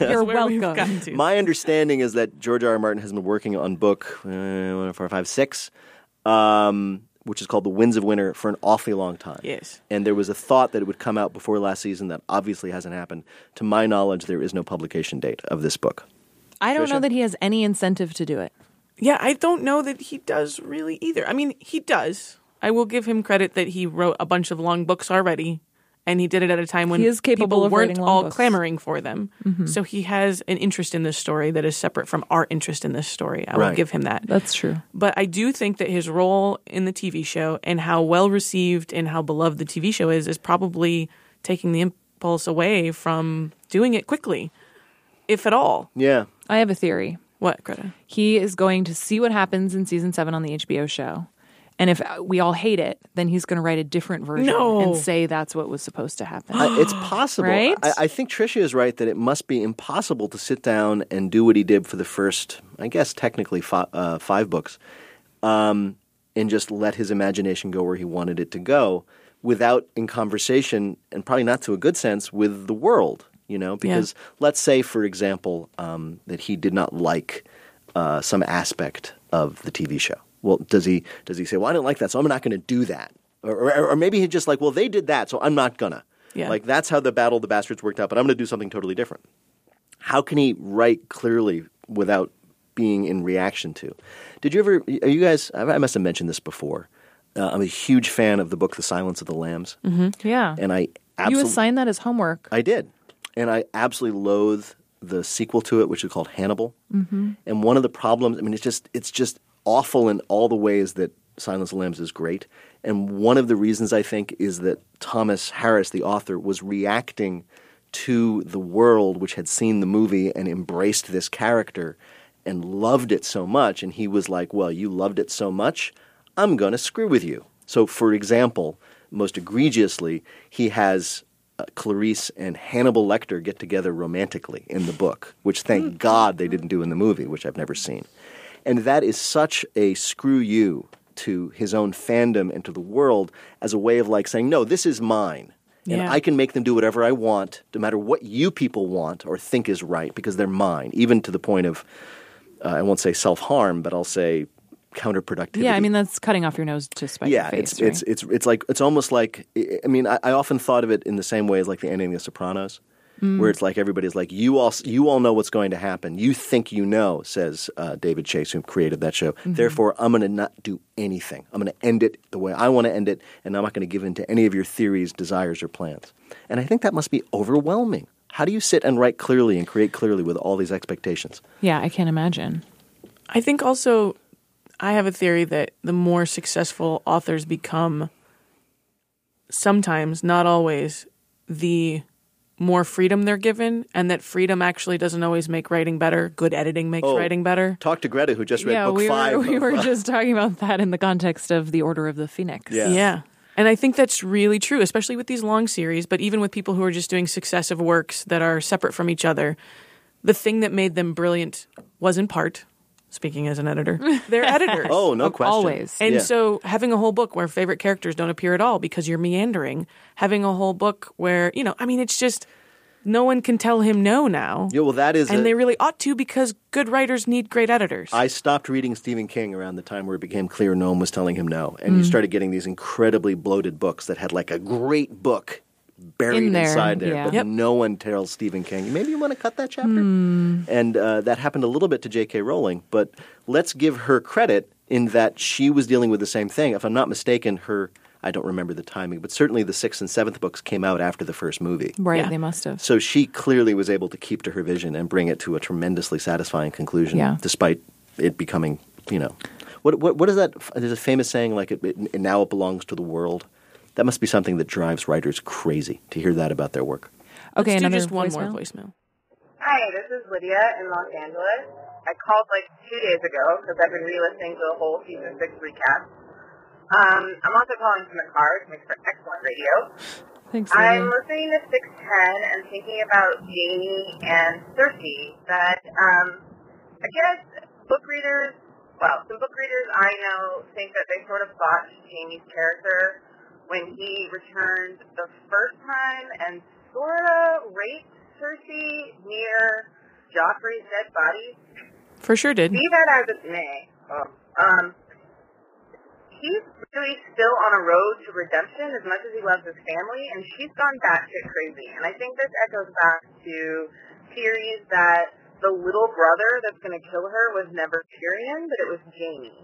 [SPEAKER 1] You're
[SPEAKER 2] Where we've
[SPEAKER 1] welcome.
[SPEAKER 2] gotten to.
[SPEAKER 3] My understanding is that George R. R. Martin has been working on book uh, one, four, five, six, um, which is called The Winds of Winter, for an awfully long time.
[SPEAKER 2] Yes.
[SPEAKER 3] And there was a thought that it would come out before last season. That obviously hasn't happened. To my knowledge, there is no publication date of this book.
[SPEAKER 1] I don't know
[SPEAKER 3] Trisha?
[SPEAKER 1] that he has any incentive to do it.
[SPEAKER 2] Yeah, I don't know that he does really either. I mean, he does. I will give him credit that he wrote a bunch of long books already, and he did it at a time when
[SPEAKER 1] He is capable
[SPEAKER 2] people
[SPEAKER 1] of
[SPEAKER 2] weren't
[SPEAKER 1] writing long
[SPEAKER 2] all
[SPEAKER 1] books. Mm-hmm.
[SPEAKER 2] clamoring for them. So he has an interest in this story that is separate from our interest in this story. I will
[SPEAKER 3] Right.
[SPEAKER 2] give him that.
[SPEAKER 1] That's true.
[SPEAKER 2] But I do think that his role in the TV show and how well received and how beloved the TV show is is probably taking the impulse away from doing it quickly, if at all.
[SPEAKER 3] Yeah.
[SPEAKER 1] I have a theory.
[SPEAKER 2] What, Greta?
[SPEAKER 1] He is going to see what happens in season seven on the HBO show. And if we all hate it, then he's going to write a different version
[SPEAKER 2] No.
[SPEAKER 1] and say that's what was supposed to happen.
[SPEAKER 3] I- it's (gasps) possible.
[SPEAKER 1] Right?
[SPEAKER 3] I, I think Tricia is right that it must be impossible to sit down and do what he did for the first, I guess, technically fi- uh, five books, um, and just let his imagination go where he wanted it to go without in conversation, and probably not to a good sense, with the world. You know, because let's say, for example, um, that he did not like uh, some aspect of the TV show. Well, does he does he say, "Well, I didn't like that, so I'm not going to do that," or, or, or maybe he's just like, "Well, they did that, so I'm not gonna."
[SPEAKER 2] Yeah.
[SPEAKER 3] Like that's how the battle of the bastards worked out, but I'm going to do something totally different. How can he write clearly without being in reaction to? Did you ever? Are you guys? I I must have mentioned this before. Uh, I'm a huge fan of the book The Silence of the Lambs,
[SPEAKER 1] yeah.
[SPEAKER 3] and I
[SPEAKER 1] Mm-hmm. you
[SPEAKER 3] absolutely
[SPEAKER 1] assigned that as homework.
[SPEAKER 3] I did, and I absolutely loathe the sequel to it, which is called Hannibal. Mm-hmm. And one of the problems, I mean, it's just it's just awful in all the ways that Silence of the Lambs is great. And one of the reasons I think is that Thomas Harris, the author, was reacting to the world which had seen the movie and embraced this character and loved it so much. And he was like, "Well, you loved it so much, I'm going to screw with you." So, for example, most egregiously, he has uh, Clarice and Hannibal Lecter get together romantically in the book, which
[SPEAKER 1] Hmm.
[SPEAKER 3] thank God they didn't do in the movie, which I've never seen. And that is such a screw you to his own fandom and to the world as a way of like saying, no, this is mine. And
[SPEAKER 2] Yeah.
[SPEAKER 3] I can make them do whatever I want, no matter what you people want or think is right, because they're mine, even to the point of, uh, I won't say self harm, but I'll say counterproductivity.
[SPEAKER 1] Yeah, I mean, that's cutting off your nose to spite
[SPEAKER 3] yeah,
[SPEAKER 1] your face.
[SPEAKER 3] it's, it's it's it's like it's almost like I I mean I, I often thought of it in the same way as like the ending of The Sopranos,
[SPEAKER 1] Mm.
[SPEAKER 3] where it's like everybody's like you all you all know what's going to happen. You think you know, says uh, David Chase, who created that show.
[SPEAKER 1] Mm-hmm.
[SPEAKER 3] Therefore, I'm going to not do anything. I'm going to end it the way I want to end it, and I'm not going to give in to any of your theories, desires, or plans. And I think that must be overwhelming. How do you sit and write clearly and create clearly with all these expectations?
[SPEAKER 1] yeah, I can't imagine.
[SPEAKER 2] I think also I have a theory that the more successful authors become, sometimes, not always, the more freedom they're given, and that freedom actually doesn't always make writing better. Good editing makes
[SPEAKER 3] Oh.
[SPEAKER 2] writing better.
[SPEAKER 3] Talk to Greta, who just read
[SPEAKER 1] yeah,
[SPEAKER 3] book
[SPEAKER 1] we
[SPEAKER 3] five.
[SPEAKER 1] were, (laughs) we
[SPEAKER 3] of,
[SPEAKER 1] were
[SPEAKER 3] uh,
[SPEAKER 1] just talking about that in the context of the Order of the Phoenix.
[SPEAKER 3] Yeah.
[SPEAKER 2] Yeah. And I think that's really true, especially with these long series, but even with people who are just doing successive works that are separate from each other. The thing that made them brilliant was in part, speaking as an editor, (laughs) their editors.
[SPEAKER 3] oh no question.
[SPEAKER 1] always.
[SPEAKER 2] And
[SPEAKER 3] Yeah.
[SPEAKER 2] so having a whole book where favorite characters don't appear at all because you're meandering, having a whole book where, you know, I mean, it's just no one can tell him no now.
[SPEAKER 3] yeah, well that is
[SPEAKER 2] and
[SPEAKER 3] a-
[SPEAKER 2] they really ought to because good writers need great editors.
[SPEAKER 3] I stopped reading Stephen King around the time where it became clear
[SPEAKER 1] Mm.
[SPEAKER 3] no one was telling him no. And you started getting these incredibly bloated books that had like a great book buried
[SPEAKER 1] In there,
[SPEAKER 3] inside there,
[SPEAKER 1] yeah.
[SPEAKER 3] but
[SPEAKER 1] Yep.
[SPEAKER 3] no one tells Stephen King. Maybe you want to cut that chapter.
[SPEAKER 1] Hmm.
[SPEAKER 3] And uh, that happened a little bit to J.K. Rowling, but let's give her credit in that she was dealing with the same thing. If I'm not mistaken, her I don't remember the timing, but certainly the sixth and seventh books came out after the first movie.
[SPEAKER 1] Right, they must have.
[SPEAKER 3] So she clearly was able to keep to her vision and bring it to a tremendously satisfying conclusion,
[SPEAKER 1] Yeah.
[SPEAKER 3] despite it becoming, you know, what what what is that? There's a famous saying like, it, it, "Now it belongs to the world." That must be something that drives writers crazy to hear that about their work.
[SPEAKER 1] Okay,
[SPEAKER 2] Let's do
[SPEAKER 1] another
[SPEAKER 2] just one more
[SPEAKER 1] voicemail?
[SPEAKER 2] voicemail.
[SPEAKER 10] Hi, this is Lydia in Los Angeles. I called like two days ago because I've been re-listening to the whole season six recap. Um, I'm also calling from the car, which makes for excellent radio.
[SPEAKER 1] Thanks,
[SPEAKER 10] I'm
[SPEAKER 1] Lydia.
[SPEAKER 10] listening to 610 and thinking about Jamie and Cersei. That um, I guess book readers, well, some book readers I know think that they sort of botched Jamie's character when he returned the first time and sort of raped Cersei near Joffrey's dead body.
[SPEAKER 2] For sure did.
[SPEAKER 10] Be that as it may, um, he's really still on a road to redemption as much as he loves his family, and she's gone back to crazy. And I think this echoes back to theories that the little brother that's going to kill her was never Tyrion, but it was Jamie.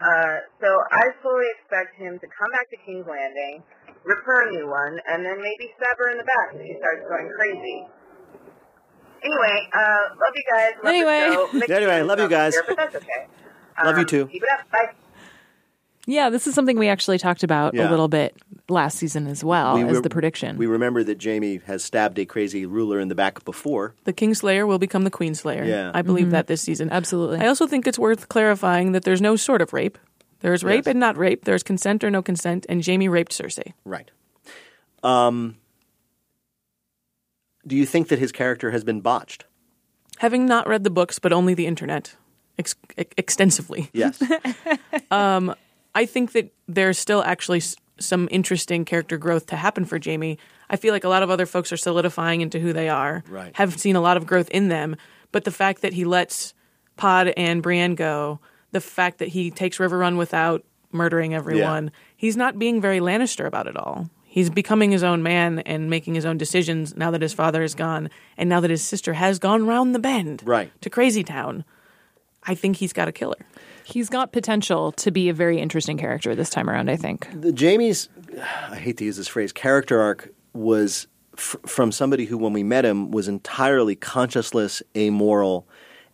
[SPEAKER 10] Uh, so I fully expect him to come back to King's Landing, rip her a new one, and then maybe stab her in the back if she starts going crazy. Anyway, uh, love you guys. Love
[SPEAKER 1] Anyway.
[SPEAKER 10] the show. Mixed
[SPEAKER 3] Anyway, love you
[SPEAKER 10] feelings out
[SPEAKER 3] guys.
[SPEAKER 10] Here, but that's okay.
[SPEAKER 3] Love you
[SPEAKER 10] Um,
[SPEAKER 3] too.
[SPEAKER 10] Keep it up. Bye.
[SPEAKER 1] Yeah, this is something we actually talked about
[SPEAKER 3] Yeah.
[SPEAKER 1] a little bit last season as well
[SPEAKER 3] We
[SPEAKER 1] as
[SPEAKER 3] were-
[SPEAKER 1] Oh, the prediction.
[SPEAKER 3] We remember that Jamie has stabbed a crazy ruler in the back before.
[SPEAKER 2] The Kingslayer will become the Queenslayer.
[SPEAKER 3] Yeah.
[SPEAKER 2] I believe
[SPEAKER 1] Mhm.
[SPEAKER 2] that this season.
[SPEAKER 1] Absolutely.
[SPEAKER 2] I also think it's worth clarifying that there's no sort of rape. There's rape and not rape. There's consent or no consent, and Jamie raped Cersei.
[SPEAKER 3] Right. Um, do you think that his character has been botched?
[SPEAKER 2] Having not read the books, but only the internet ex- ex- extensively.
[SPEAKER 1] (laughs)
[SPEAKER 3] Yes.
[SPEAKER 2] um, I think that there's still actually s- some interesting character growth to happen for Jamie. I feel like a lot of other folks are solidifying into who they are,
[SPEAKER 3] Right.
[SPEAKER 2] have seen a lot of growth in them, but the fact that he lets Pod and Brienne go, the fact that he takes River Run without murdering everyone, he's not being very Lannister about it all. He's becoming his own man and making his own decisions now that his father is gone and now that his sister has gone round the bend
[SPEAKER 3] Right.
[SPEAKER 2] to Crazy Town. I think he's got a killer.
[SPEAKER 1] He's got potential to be a very interesting character this time around, I think.
[SPEAKER 3] the Jamie's I hate to use this phrase character arc was f- from somebody who when we met him was entirely conscienceless, amoral,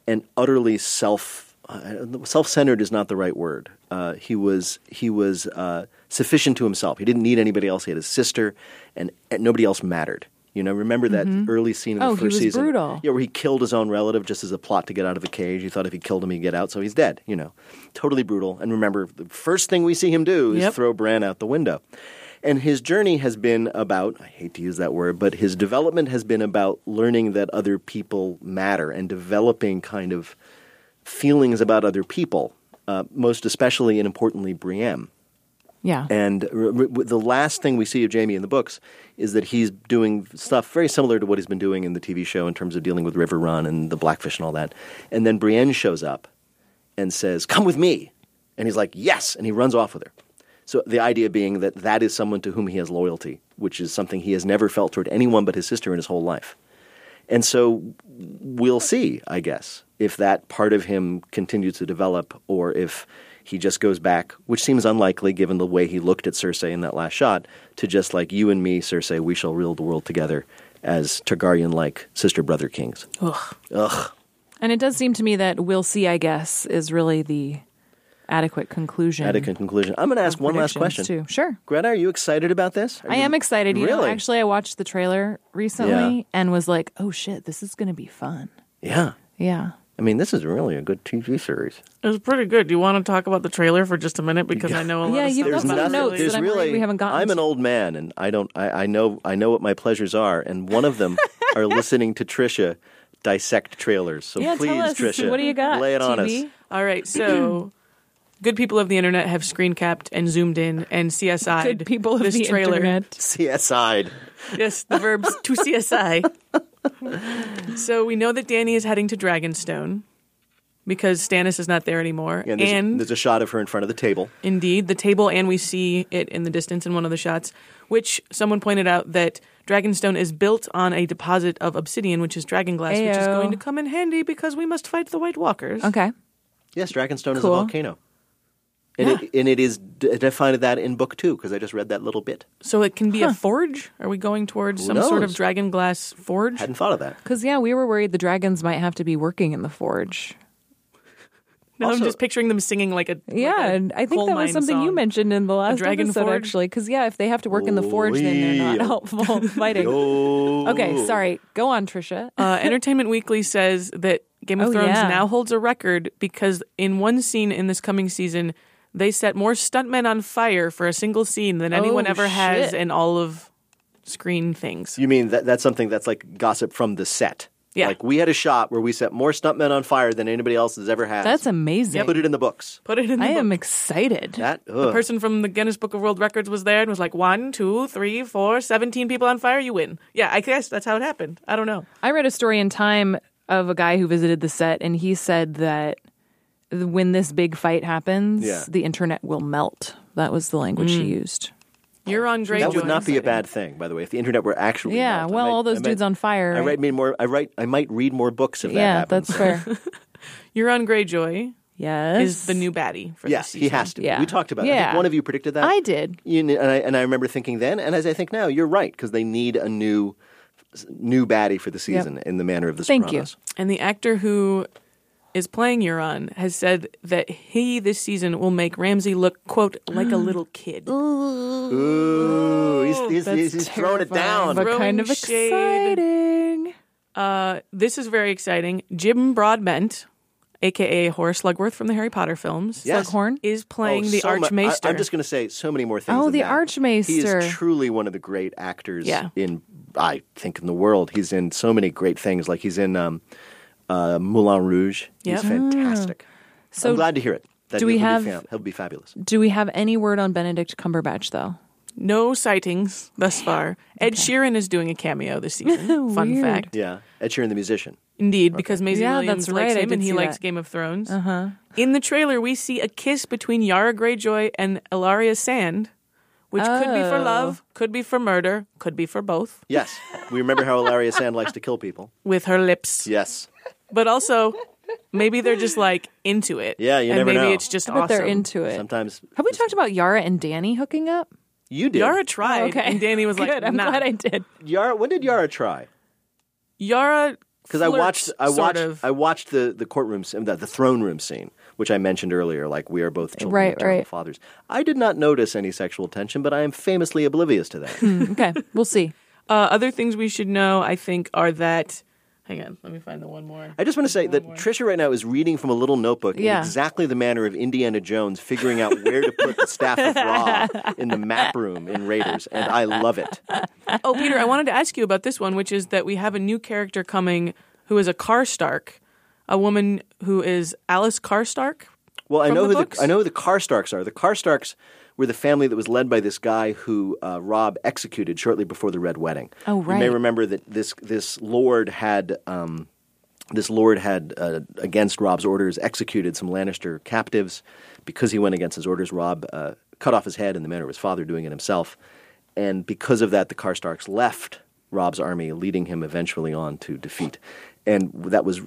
[SPEAKER 3] and utterly self uh, self-centered is not the right word. Uh, he was he was uh, sufficient to himself. He didn't need anybody else. He had his sister, and, and nobody else mattered. You know, remember that
[SPEAKER 1] Mhm.
[SPEAKER 3] early scene in
[SPEAKER 1] Oh,
[SPEAKER 3] the
[SPEAKER 1] he
[SPEAKER 3] first
[SPEAKER 1] was
[SPEAKER 3] season?
[SPEAKER 1] brutal.
[SPEAKER 3] Yeah, where he killed his own relative just as a plot to get out of a cage. He thought if he killed him, he'd get out, so he's dead. You know, totally brutal. And remember, the first thing we see him do is
[SPEAKER 2] Yep.
[SPEAKER 3] throw Bran out the window. And his journey has been about, I hate to use that word, but his development has been about learning that other people matter and developing kind of feelings about other people, uh, most especially and importantly, Brienne.
[SPEAKER 1] Yeah.
[SPEAKER 3] And r- r- the last thing we see of Jamie in the books is that he's doing stuff very similar to what he's been doing in the TV show in terms of dealing with River Run and the Blackfish and all that. And then Brienne shows up and says, Come with me. And he's like, Yes. And he runs off with her. So the idea being that that is someone to whom he has loyalty, which is something he has never felt toward anyone but his sister in his whole life. And so we'll see, I guess, if that part of him continues to develop or if he just goes back, which seems unlikely given the way he looked at Cersei in that last shot, to just like you and me, Cersei, we shall rule the world together as Targaryen like sister brother kings.
[SPEAKER 1] Ugh.
[SPEAKER 3] Ugh.
[SPEAKER 1] And it does seem to me that we'll see, I guess, is really the adequate conclusion.
[SPEAKER 3] Adequate conclusion. I'm going to ask
[SPEAKER 1] of
[SPEAKER 3] one last question.
[SPEAKER 1] predictions, Too. Sure.
[SPEAKER 3] Greta, are you excited about this? Are
[SPEAKER 1] I
[SPEAKER 3] you-
[SPEAKER 1] am excited. You know,
[SPEAKER 3] really?
[SPEAKER 1] actually, I watched the trailer recently
[SPEAKER 3] Yeah.
[SPEAKER 1] and was like, oh shit, this is going to be fun.
[SPEAKER 3] Yeah.
[SPEAKER 1] Yeah.
[SPEAKER 3] I mean, this is really a good TV series.
[SPEAKER 2] It was pretty good. Do you want to talk about the trailer for just a minute? Because I know a lot
[SPEAKER 1] Yeah,
[SPEAKER 2] of
[SPEAKER 1] you've
[SPEAKER 2] stuff
[SPEAKER 1] got
[SPEAKER 2] about
[SPEAKER 1] some
[SPEAKER 2] it.
[SPEAKER 1] notes that I'm worried we haven't gotten
[SPEAKER 3] I'm an
[SPEAKER 1] to.
[SPEAKER 3] old man, and I don't. I, I know. I know what my pleasures are, and one of them are listening to Trisha dissect trailers. So
[SPEAKER 2] Yeah, tell
[SPEAKER 3] please,
[SPEAKER 2] us,
[SPEAKER 3] Trisha,
[SPEAKER 2] what do you got,
[SPEAKER 3] Lay it on us.
[SPEAKER 2] TV? All right, so (clears throat) good people of the internet have screen capped and zoomed in and CSI.
[SPEAKER 1] Good people of
[SPEAKER 2] this
[SPEAKER 1] the
[SPEAKER 2] trailer.
[SPEAKER 1] internet.
[SPEAKER 3] CSI.
[SPEAKER 2] (laughs) Yes, the verbs to (laughs) CSI. so we know that Danny is heading to Dragonstone. because Stannis is not there anymore.
[SPEAKER 3] Yeah, and there's,
[SPEAKER 2] and
[SPEAKER 3] a, there's a shot of her in front of the table.
[SPEAKER 2] Indeed, the table, and we see it in the distance in one of the shots, which someone pointed out that Dragonstone is built on a deposit of obsidian, which is dragonglass, which is
[SPEAKER 1] Ayo.
[SPEAKER 2] going to come in handy because we must fight the White Walkers.
[SPEAKER 1] Okay.
[SPEAKER 3] Yes, Dragonstone is a
[SPEAKER 2] Cool.
[SPEAKER 3] volcano. And, it, and it is d- defined that in book two because I just read that little bit.
[SPEAKER 2] So it can be a forge? Are we going towards
[SPEAKER 3] Who
[SPEAKER 2] some sort of
[SPEAKER 3] knows?
[SPEAKER 2] dragonglass forge?
[SPEAKER 3] Hadn't thought of that.
[SPEAKER 1] Because, yeah, we were worried the dragons might have to be working in the forge.
[SPEAKER 2] Now I'm
[SPEAKER 1] Also-
[SPEAKER 2] just picturing them singing like a
[SPEAKER 1] Yeah, and I think
[SPEAKER 2] coal
[SPEAKER 1] that
[SPEAKER 2] mine
[SPEAKER 1] was something you
[SPEAKER 2] song.
[SPEAKER 1] mentioned in the last
[SPEAKER 2] dragon
[SPEAKER 1] episode,
[SPEAKER 2] forge?
[SPEAKER 1] actually. Because, yeah, if they have to work in the forge, then they're not
[SPEAKER 2] Leo.
[SPEAKER 1] (laughs) helpful
[SPEAKER 2] (laughs)
[SPEAKER 1] fighting. Okay, sorry. Go on, Trisha. (laughs)
[SPEAKER 2] Uh, Entertainment Weekly says that Game of
[SPEAKER 1] Oh,
[SPEAKER 2] Thrones
[SPEAKER 1] yeah.
[SPEAKER 2] now holds a record because in one scene in this coming season, they set more stuntmen on fire for a single scene than anyone
[SPEAKER 1] Oh,
[SPEAKER 2] ever has
[SPEAKER 1] shit.
[SPEAKER 2] in all of screen things.
[SPEAKER 3] You mean that that's something that's like gossip from the set?
[SPEAKER 2] Yeah.
[SPEAKER 3] Like we had a shot where we set more stuntmen on fire than anybody else has ever had.
[SPEAKER 1] That's amazing.
[SPEAKER 3] Put it in the books.
[SPEAKER 2] Put it in the
[SPEAKER 1] I
[SPEAKER 2] book.
[SPEAKER 1] am excited.
[SPEAKER 3] That
[SPEAKER 2] The
[SPEAKER 3] ugh.
[SPEAKER 2] person from the Guinness Book of World Records was there and was like, one, two, three, four, 17 people on fire, you win. Yeah, I guess that's how it happened. I don't know.
[SPEAKER 1] I read a story in Time of a guy who visited the set, and he said that th- when this big fight happens,
[SPEAKER 3] Yeah.
[SPEAKER 1] the internet will melt. That was the language he
[SPEAKER 2] Mm.
[SPEAKER 1] used.
[SPEAKER 2] You're on Greyjoy.
[SPEAKER 3] that would not be a bad thing, by the way, if the internet were actually.
[SPEAKER 1] yeah,
[SPEAKER 3] involved. I
[SPEAKER 1] well,
[SPEAKER 3] might-
[SPEAKER 1] all those
[SPEAKER 3] I might-
[SPEAKER 1] dudes on fire.
[SPEAKER 3] I
[SPEAKER 1] right?
[SPEAKER 3] might read more. I write. I might read more books if
[SPEAKER 1] yeah,
[SPEAKER 3] that (laughs) happens.
[SPEAKER 1] that's fair.
[SPEAKER 2] (laughs) You're on Greyjoy
[SPEAKER 1] yes.
[SPEAKER 2] is the new baddie for
[SPEAKER 3] Yes,
[SPEAKER 2] this
[SPEAKER 3] he has to. be.
[SPEAKER 1] Yeah.
[SPEAKER 3] We talked about. it. I think
[SPEAKER 1] Yeah.
[SPEAKER 3] one of you predicted that.
[SPEAKER 1] I did.
[SPEAKER 3] You kn- and I and I remember thinking then, and as I think now, you're right because they need a new, new baddie for the season in the manner of the
[SPEAKER 1] Thank you.
[SPEAKER 3] Sopranos.
[SPEAKER 2] And the actor who is playing Euron has said that he this season will make Ramsey look, quote, like
[SPEAKER 3] (gasps)
[SPEAKER 2] a little kid.
[SPEAKER 3] Ooh, he's, he's, he's, he's throwing it down.
[SPEAKER 1] But kind of
[SPEAKER 2] shade.
[SPEAKER 1] exciting.
[SPEAKER 2] Uh, this is very exciting. Jim Broadbent, aka Horace Slugworth from the Harry Potter films,
[SPEAKER 3] Yes.
[SPEAKER 1] Slughorn?
[SPEAKER 2] is playing
[SPEAKER 3] Oh,
[SPEAKER 2] the
[SPEAKER 3] so mu-
[SPEAKER 2] Archmaester.
[SPEAKER 3] I, am just going to say so many more things.
[SPEAKER 1] Oh,
[SPEAKER 3] than
[SPEAKER 1] the
[SPEAKER 3] that. He
[SPEAKER 1] Archmaester.
[SPEAKER 3] is truly one of the great actors
[SPEAKER 2] Yeah.
[SPEAKER 3] in, I think, in the world. He's in so many great things. Like he's in um, uh, Moulin Rouge.
[SPEAKER 2] Yep.
[SPEAKER 3] He's fantastic.
[SPEAKER 1] Oh. So
[SPEAKER 3] I'm glad to hear it. That
[SPEAKER 1] do we
[SPEAKER 3] he'll
[SPEAKER 1] have-
[SPEAKER 3] Be fam- he'll be fabulous.
[SPEAKER 1] Do we have any word on Benedict Cumberbatch though?
[SPEAKER 2] no sightings thus far. Ed Sheeran is doing a cameo this
[SPEAKER 3] (laughs)
[SPEAKER 2] season. Fun
[SPEAKER 1] Weird.
[SPEAKER 2] fact.
[SPEAKER 3] Yeah, Ed Sheeran, the musician.
[SPEAKER 2] Indeed, because Maisie
[SPEAKER 1] Yeah,
[SPEAKER 2] Williams
[SPEAKER 1] that's
[SPEAKER 2] likes
[SPEAKER 1] right. I
[SPEAKER 2] him
[SPEAKER 1] did
[SPEAKER 2] and he
[SPEAKER 1] see
[SPEAKER 2] likes
[SPEAKER 1] that.
[SPEAKER 2] Game of Thrones.
[SPEAKER 1] Uh huh.
[SPEAKER 2] In the trailer, we see a kiss between Yara Greyjoy and Ilaria Sand, which could be for
[SPEAKER 1] Oh.
[SPEAKER 2] love, could be for murder, could be for both,
[SPEAKER 3] Yes, we remember how Ilaria Sand likes to kill people.
[SPEAKER 2] with her lips.
[SPEAKER 3] Yes,
[SPEAKER 2] But also, maybe they're just like into it.
[SPEAKER 3] Yeah, you
[SPEAKER 2] and
[SPEAKER 3] never
[SPEAKER 2] maybe
[SPEAKER 3] know.
[SPEAKER 2] it's just
[SPEAKER 1] I bet
[SPEAKER 2] awesome.
[SPEAKER 1] they're into it.
[SPEAKER 3] sometimes
[SPEAKER 1] Have we talked about Yara and Danny hooking up?
[SPEAKER 3] you did.
[SPEAKER 2] Yara tried,
[SPEAKER 1] Oh, okay.
[SPEAKER 2] and Danny
[SPEAKER 1] (laughs)
[SPEAKER 2] was like,
[SPEAKER 1] Good. I'm
[SPEAKER 2] nah.
[SPEAKER 1] glad I
[SPEAKER 2] (laughs)
[SPEAKER 1] did.
[SPEAKER 3] Yara, when did Yara try?
[SPEAKER 2] Yara,
[SPEAKER 3] because I watched I
[SPEAKER 2] sort
[SPEAKER 3] watched
[SPEAKER 2] of.
[SPEAKER 3] I watched the the courtroom scene, the, the throne room scene, which I mentioned earlier. Like we are both children
[SPEAKER 1] Right,
[SPEAKER 3] of terrible
[SPEAKER 1] right.
[SPEAKER 3] fathers. I did not notice any sexual tension, but I am famously oblivious to that.
[SPEAKER 1] Okay, we'll see.
[SPEAKER 2] uh, other things we should know, I think, are that. Hang on, let me find the one more.
[SPEAKER 3] I just want to say that Trisha right now is reading from a little notebook
[SPEAKER 1] Yeah.
[SPEAKER 3] in exactly the manner of Indiana Jones figuring out where to put the staff of Ra
[SPEAKER 1] (laughs)
[SPEAKER 3] in the map room in Raiders, and I love it.
[SPEAKER 2] Oh, Peter, I wanted to ask you about this one, which is that we have a new character coming who is a Karstark, a woman who is Alice Karstark.
[SPEAKER 3] Well, I
[SPEAKER 2] From
[SPEAKER 3] know
[SPEAKER 2] the
[SPEAKER 3] who
[SPEAKER 2] books?
[SPEAKER 3] the I know who the Karstarks are. The Karstarks were the family that was led by this guy who uh, Rob executed shortly before the Red Wedding.
[SPEAKER 1] Oh,
[SPEAKER 3] You may
[SPEAKER 1] right.
[SPEAKER 3] remember that this this lord had. Um, this lord had, uh, against Rob's orders, executed some Lannister captives. Because he went against his orders, Rob uh, cut off his head in the manner of his father doing it himself. And because of that, the Karstarks left Rob's army, leading him eventually on to defeat. And that was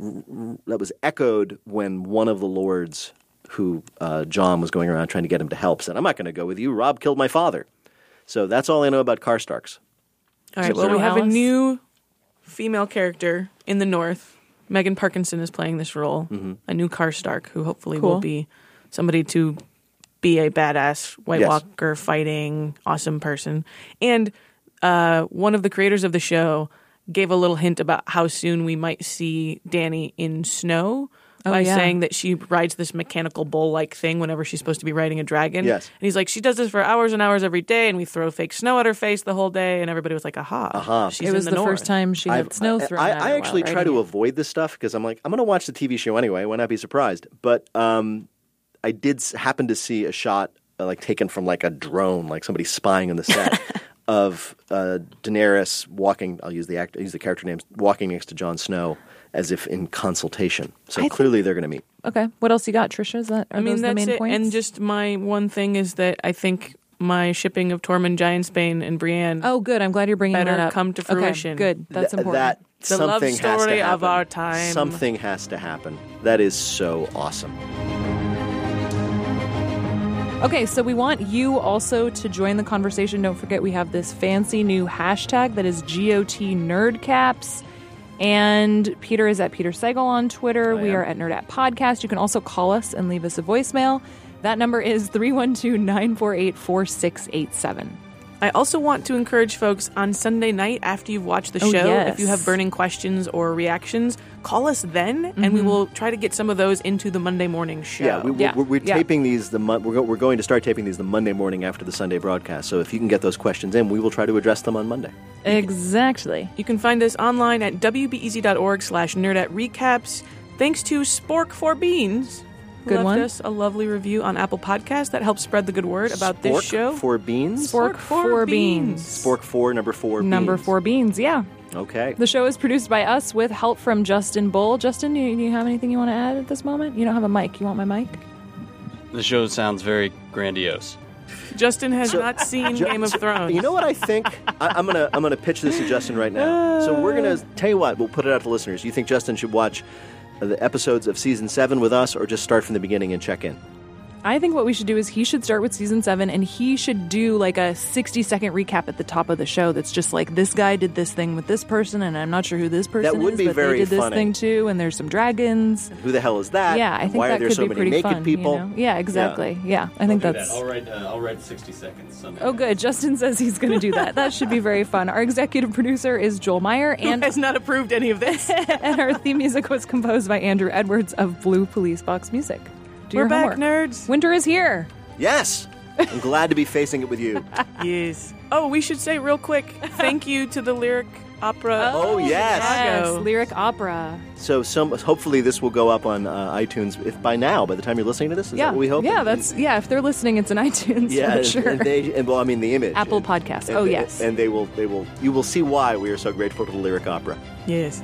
[SPEAKER 3] that was echoed when one of the lords who uh, John was going around trying to get him to help said, "I'm not going to go with you. Rob killed my father." So that's all I know about Karstarks.
[SPEAKER 2] All right,
[SPEAKER 3] So
[SPEAKER 2] well, we have
[SPEAKER 3] Alice?
[SPEAKER 2] a new female character in the North. Megan Parkinson is playing this role,
[SPEAKER 3] Mm-hmm.
[SPEAKER 2] a new Karstark who hopefully will
[SPEAKER 1] Cool.
[SPEAKER 2] be somebody to be a badass White
[SPEAKER 3] Yes.
[SPEAKER 2] Walker fighting awesome person. And uh, one of the creators of the show gave a little hint about how soon we might see Danny in snow. by
[SPEAKER 1] Oh, yeah.
[SPEAKER 2] saying that she rides this mechanical bull like thing whenever she's supposed to be riding a dragon.
[SPEAKER 3] Yes.
[SPEAKER 2] And he's like, she does this for hours and hours every day, and we throw fake snow at her face the whole day. And everybody was like, aha.
[SPEAKER 3] Aha.
[SPEAKER 2] She's
[SPEAKER 1] it was
[SPEAKER 2] in
[SPEAKER 1] the,
[SPEAKER 2] the, north.
[SPEAKER 1] first time she
[SPEAKER 3] I've-
[SPEAKER 1] had snow
[SPEAKER 3] I-
[SPEAKER 1] thrown
[SPEAKER 3] I,
[SPEAKER 1] at her
[SPEAKER 3] I
[SPEAKER 1] while
[SPEAKER 3] actually try
[SPEAKER 1] riding
[SPEAKER 3] to
[SPEAKER 1] it.
[SPEAKER 3] avoid this stuff because I'm like, I'm going to watch the TV show anyway. Why not be surprised? But um, I did s- happen to see a shot uh, like taken from like a drone, like somebody spying on
[SPEAKER 2] (laughs)
[SPEAKER 3] the set of uh, Daenerys walking. I'll use the act, use the character names walking next to Jon Snow as if in consultation. So clearly they're going to meet.
[SPEAKER 1] Okay. What else you got, Trisha? Is that are
[SPEAKER 2] I mean,
[SPEAKER 1] those
[SPEAKER 2] that's
[SPEAKER 1] the main
[SPEAKER 2] it.
[SPEAKER 1] points?
[SPEAKER 2] And just my one thing is that I think my shipping of Tormund Giantsbane and Brienne.
[SPEAKER 1] Oh, good. I'm glad you're bringing
[SPEAKER 2] better
[SPEAKER 1] that up.
[SPEAKER 2] come to
[SPEAKER 1] Okay,
[SPEAKER 2] fruition.
[SPEAKER 1] good. That's
[SPEAKER 3] Th-
[SPEAKER 1] important.
[SPEAKER 3] That
[SPEAKER 2] The love
[SPEAKER 3] something has to
[SPEAKER 2] story
[SPEAKER 3] happen.
[SPEAKER 2] of our time.
[SPEAKER 3] Something has to happen. That is so awesome.
[SPEAKER 1] Okay, so we want you also to join the conversation. Don't forget we have this fancy new hashtag that is GOT Nerdcaps. And Peter is at Peter Segal on Twitter. we are at Nerd at Podcast. You can also call us and leave us a voicemail. That number is 312 948 4687.
[SPEAKER 2] I also want to encourage folks on Sunday night after you've watched the
[SPEAKER 1] Oh,
[SPEAKER 2] show,
[SPEAKER 1] yes.
[SPEAKER 2] if you have burning questions or reactions, call us then, and we
[SPEAKER 1] Mhm.
[SPEAKER 2] will try to get some of those into the Monday morning show.
[SPEAKER 3] Yeah, we, We're, we're taping these the mon- we're, go- we're going to start taping these the Monday morning after the Sunday broadcast. So if you can get those questions in, we will try to address them on Monday.
[SPEAKER 1] Exactly.
[SPEAKER 2] You can find us online at E wbez.org slash nerd at recaps. Thanks to Spork for Beans. who
[SPEAKER 1] Good
[SPEAKER 2] left
[SPEAKER 1] one.
[SPEAKER 2] us a lovely review on Apple Podcasts that helps spread the good word about this
[SPEAKER 3] Spork
[SPEAKER 2] show.
[SPEAKER 3] for beans.
[SPEAKER 1] Spork for Beans.
[SPEAKER 3] Spork four number four.
[SPEAKER 1] Number
[SPEAKER 3] beans.
[SPEAKER 1] four beans, yeah.
[SPEAKER 3] Okay.
[SPEAKER 1] The show is produced by us with help from Justin Bull. Justin, do you, do you have anything you want to add at this moment? You don't have a mic. You want my mic?
[SPEAKER 10] The show sounds very grandiose.
[SPEAKER 2] Justin has not seen
[SPEAKER 3] Ju-
[SPEAKER 2] Game of Thrones.
[SPEAKER 3] You know what I think? I, I'm gonna I'm gonna pitch this to Justin right
[SPEAKER 1] (laughs)
[SPEAKER 3] now. So we're gonna tell you what we'll put it out to listeners. You think Justin should watch the episodes of season seven with us, or just start from the beginning and check in?
[SPEAKER 1] I think what we should do is he should start with season seven and he should do like a 60 second recap at the top of the show that's just like this guy did this thing with this person and I'm not sure who this person
[SPEAKER 3] would
[SPEAKER 1] is,
[SPEAKER 3] be
[SPEAKER 1] but
[SPEAKER 3] very
[SPEAKER 1] they did this
[SPEAKER 3] funny.
[SPEAKER 1] thing too and there's some dragons.
[SPEAKER 3] Who the hell is that?
[SPEAKER 1] yeah, I
[SPEAKER 3] And
[SPEAKER 1] think
[SPEAKER 3] why
[SPEAKER 1] that
[SPEAKER 3] are there
[SPEAKER 1] could
[SPEAKER 3] so
[SPEAKER 1] be
[SPEAKER 3] many
[SPEAKER 1] pretty
[SPEAKER 3] naked
[SPEAKER 1] fun. you
[SPEAKER 3] people?
[SPEAKER 1] know? Yeah, exactly. Yeah, I think that's.
[SPEAKER 10] I'll write. Uh, I'll write sixty seconds. Sunday.
[SPEAKER 1] Oh, good. Justin says he's going to do that. That should be very fun. Our executive producer is
[SPEAKER 3] (laughs)
[SPEAKER 1] Joel Meyer,
[SPEAKER 2] (laughs)
[SPEAKER 1] and
[SPEAKER 2] has not approved any of this.
[SPEAKER 1] and our theme music was composed by Andrew Edwards of Blue Police Box Music. Do
[SPEAKER 2] We're
[SPEAKER 1] your
[SPEAKER 2] back,
[SPEAKER 1] homework. nerds. Winter is here.
[SPEAKER 3] Yes, I'm glad to be facing it with
[SPEAKER 1] (laughs)
[SPEAKER 3] you.
[SPEAKER 2] yes. Oh, we should say real quick thank you to the Lyric Opera.
[SPEAKER 3] Oh, yes.
[SPEAKER 1] Yes,
[SPEAKER 2] Chicago.
[SPEAKER 1] lyric opera.
[SPEAKER 3] So some hopefully this will go up on uh, iTunes if by now by the time you're listening to this. Is
[SPEAKER 1] yeah,
[SPEAKER 3] that what we hope.
[SPEAKER 1] yeah, that's yeah. If they're listening, it's an (laughs)
[SPEAKER 3] (laughs)
[SPEAKER 1] iTunes
[SPEAKER 3] yeah,
[SPEAKER 1] for
[SPEAKER 3] and-
[SPEAKER 1] sure.
[SPEAKER 3] and they and well, I mean the image.
[SPEAKER 1] Apple
[SPEAKER 3] And-
[SPEAKER 1] Podcasts.
[SPEAKER 3] and
[SPEAKER 1] Oh
[SPEAKER 3] they-
[SPEAKER 1] yes,
[SPEAKER 3] and they will they will you will see why we are so grateful to the Lyric Opera.
[SPEAKER 2] Yes.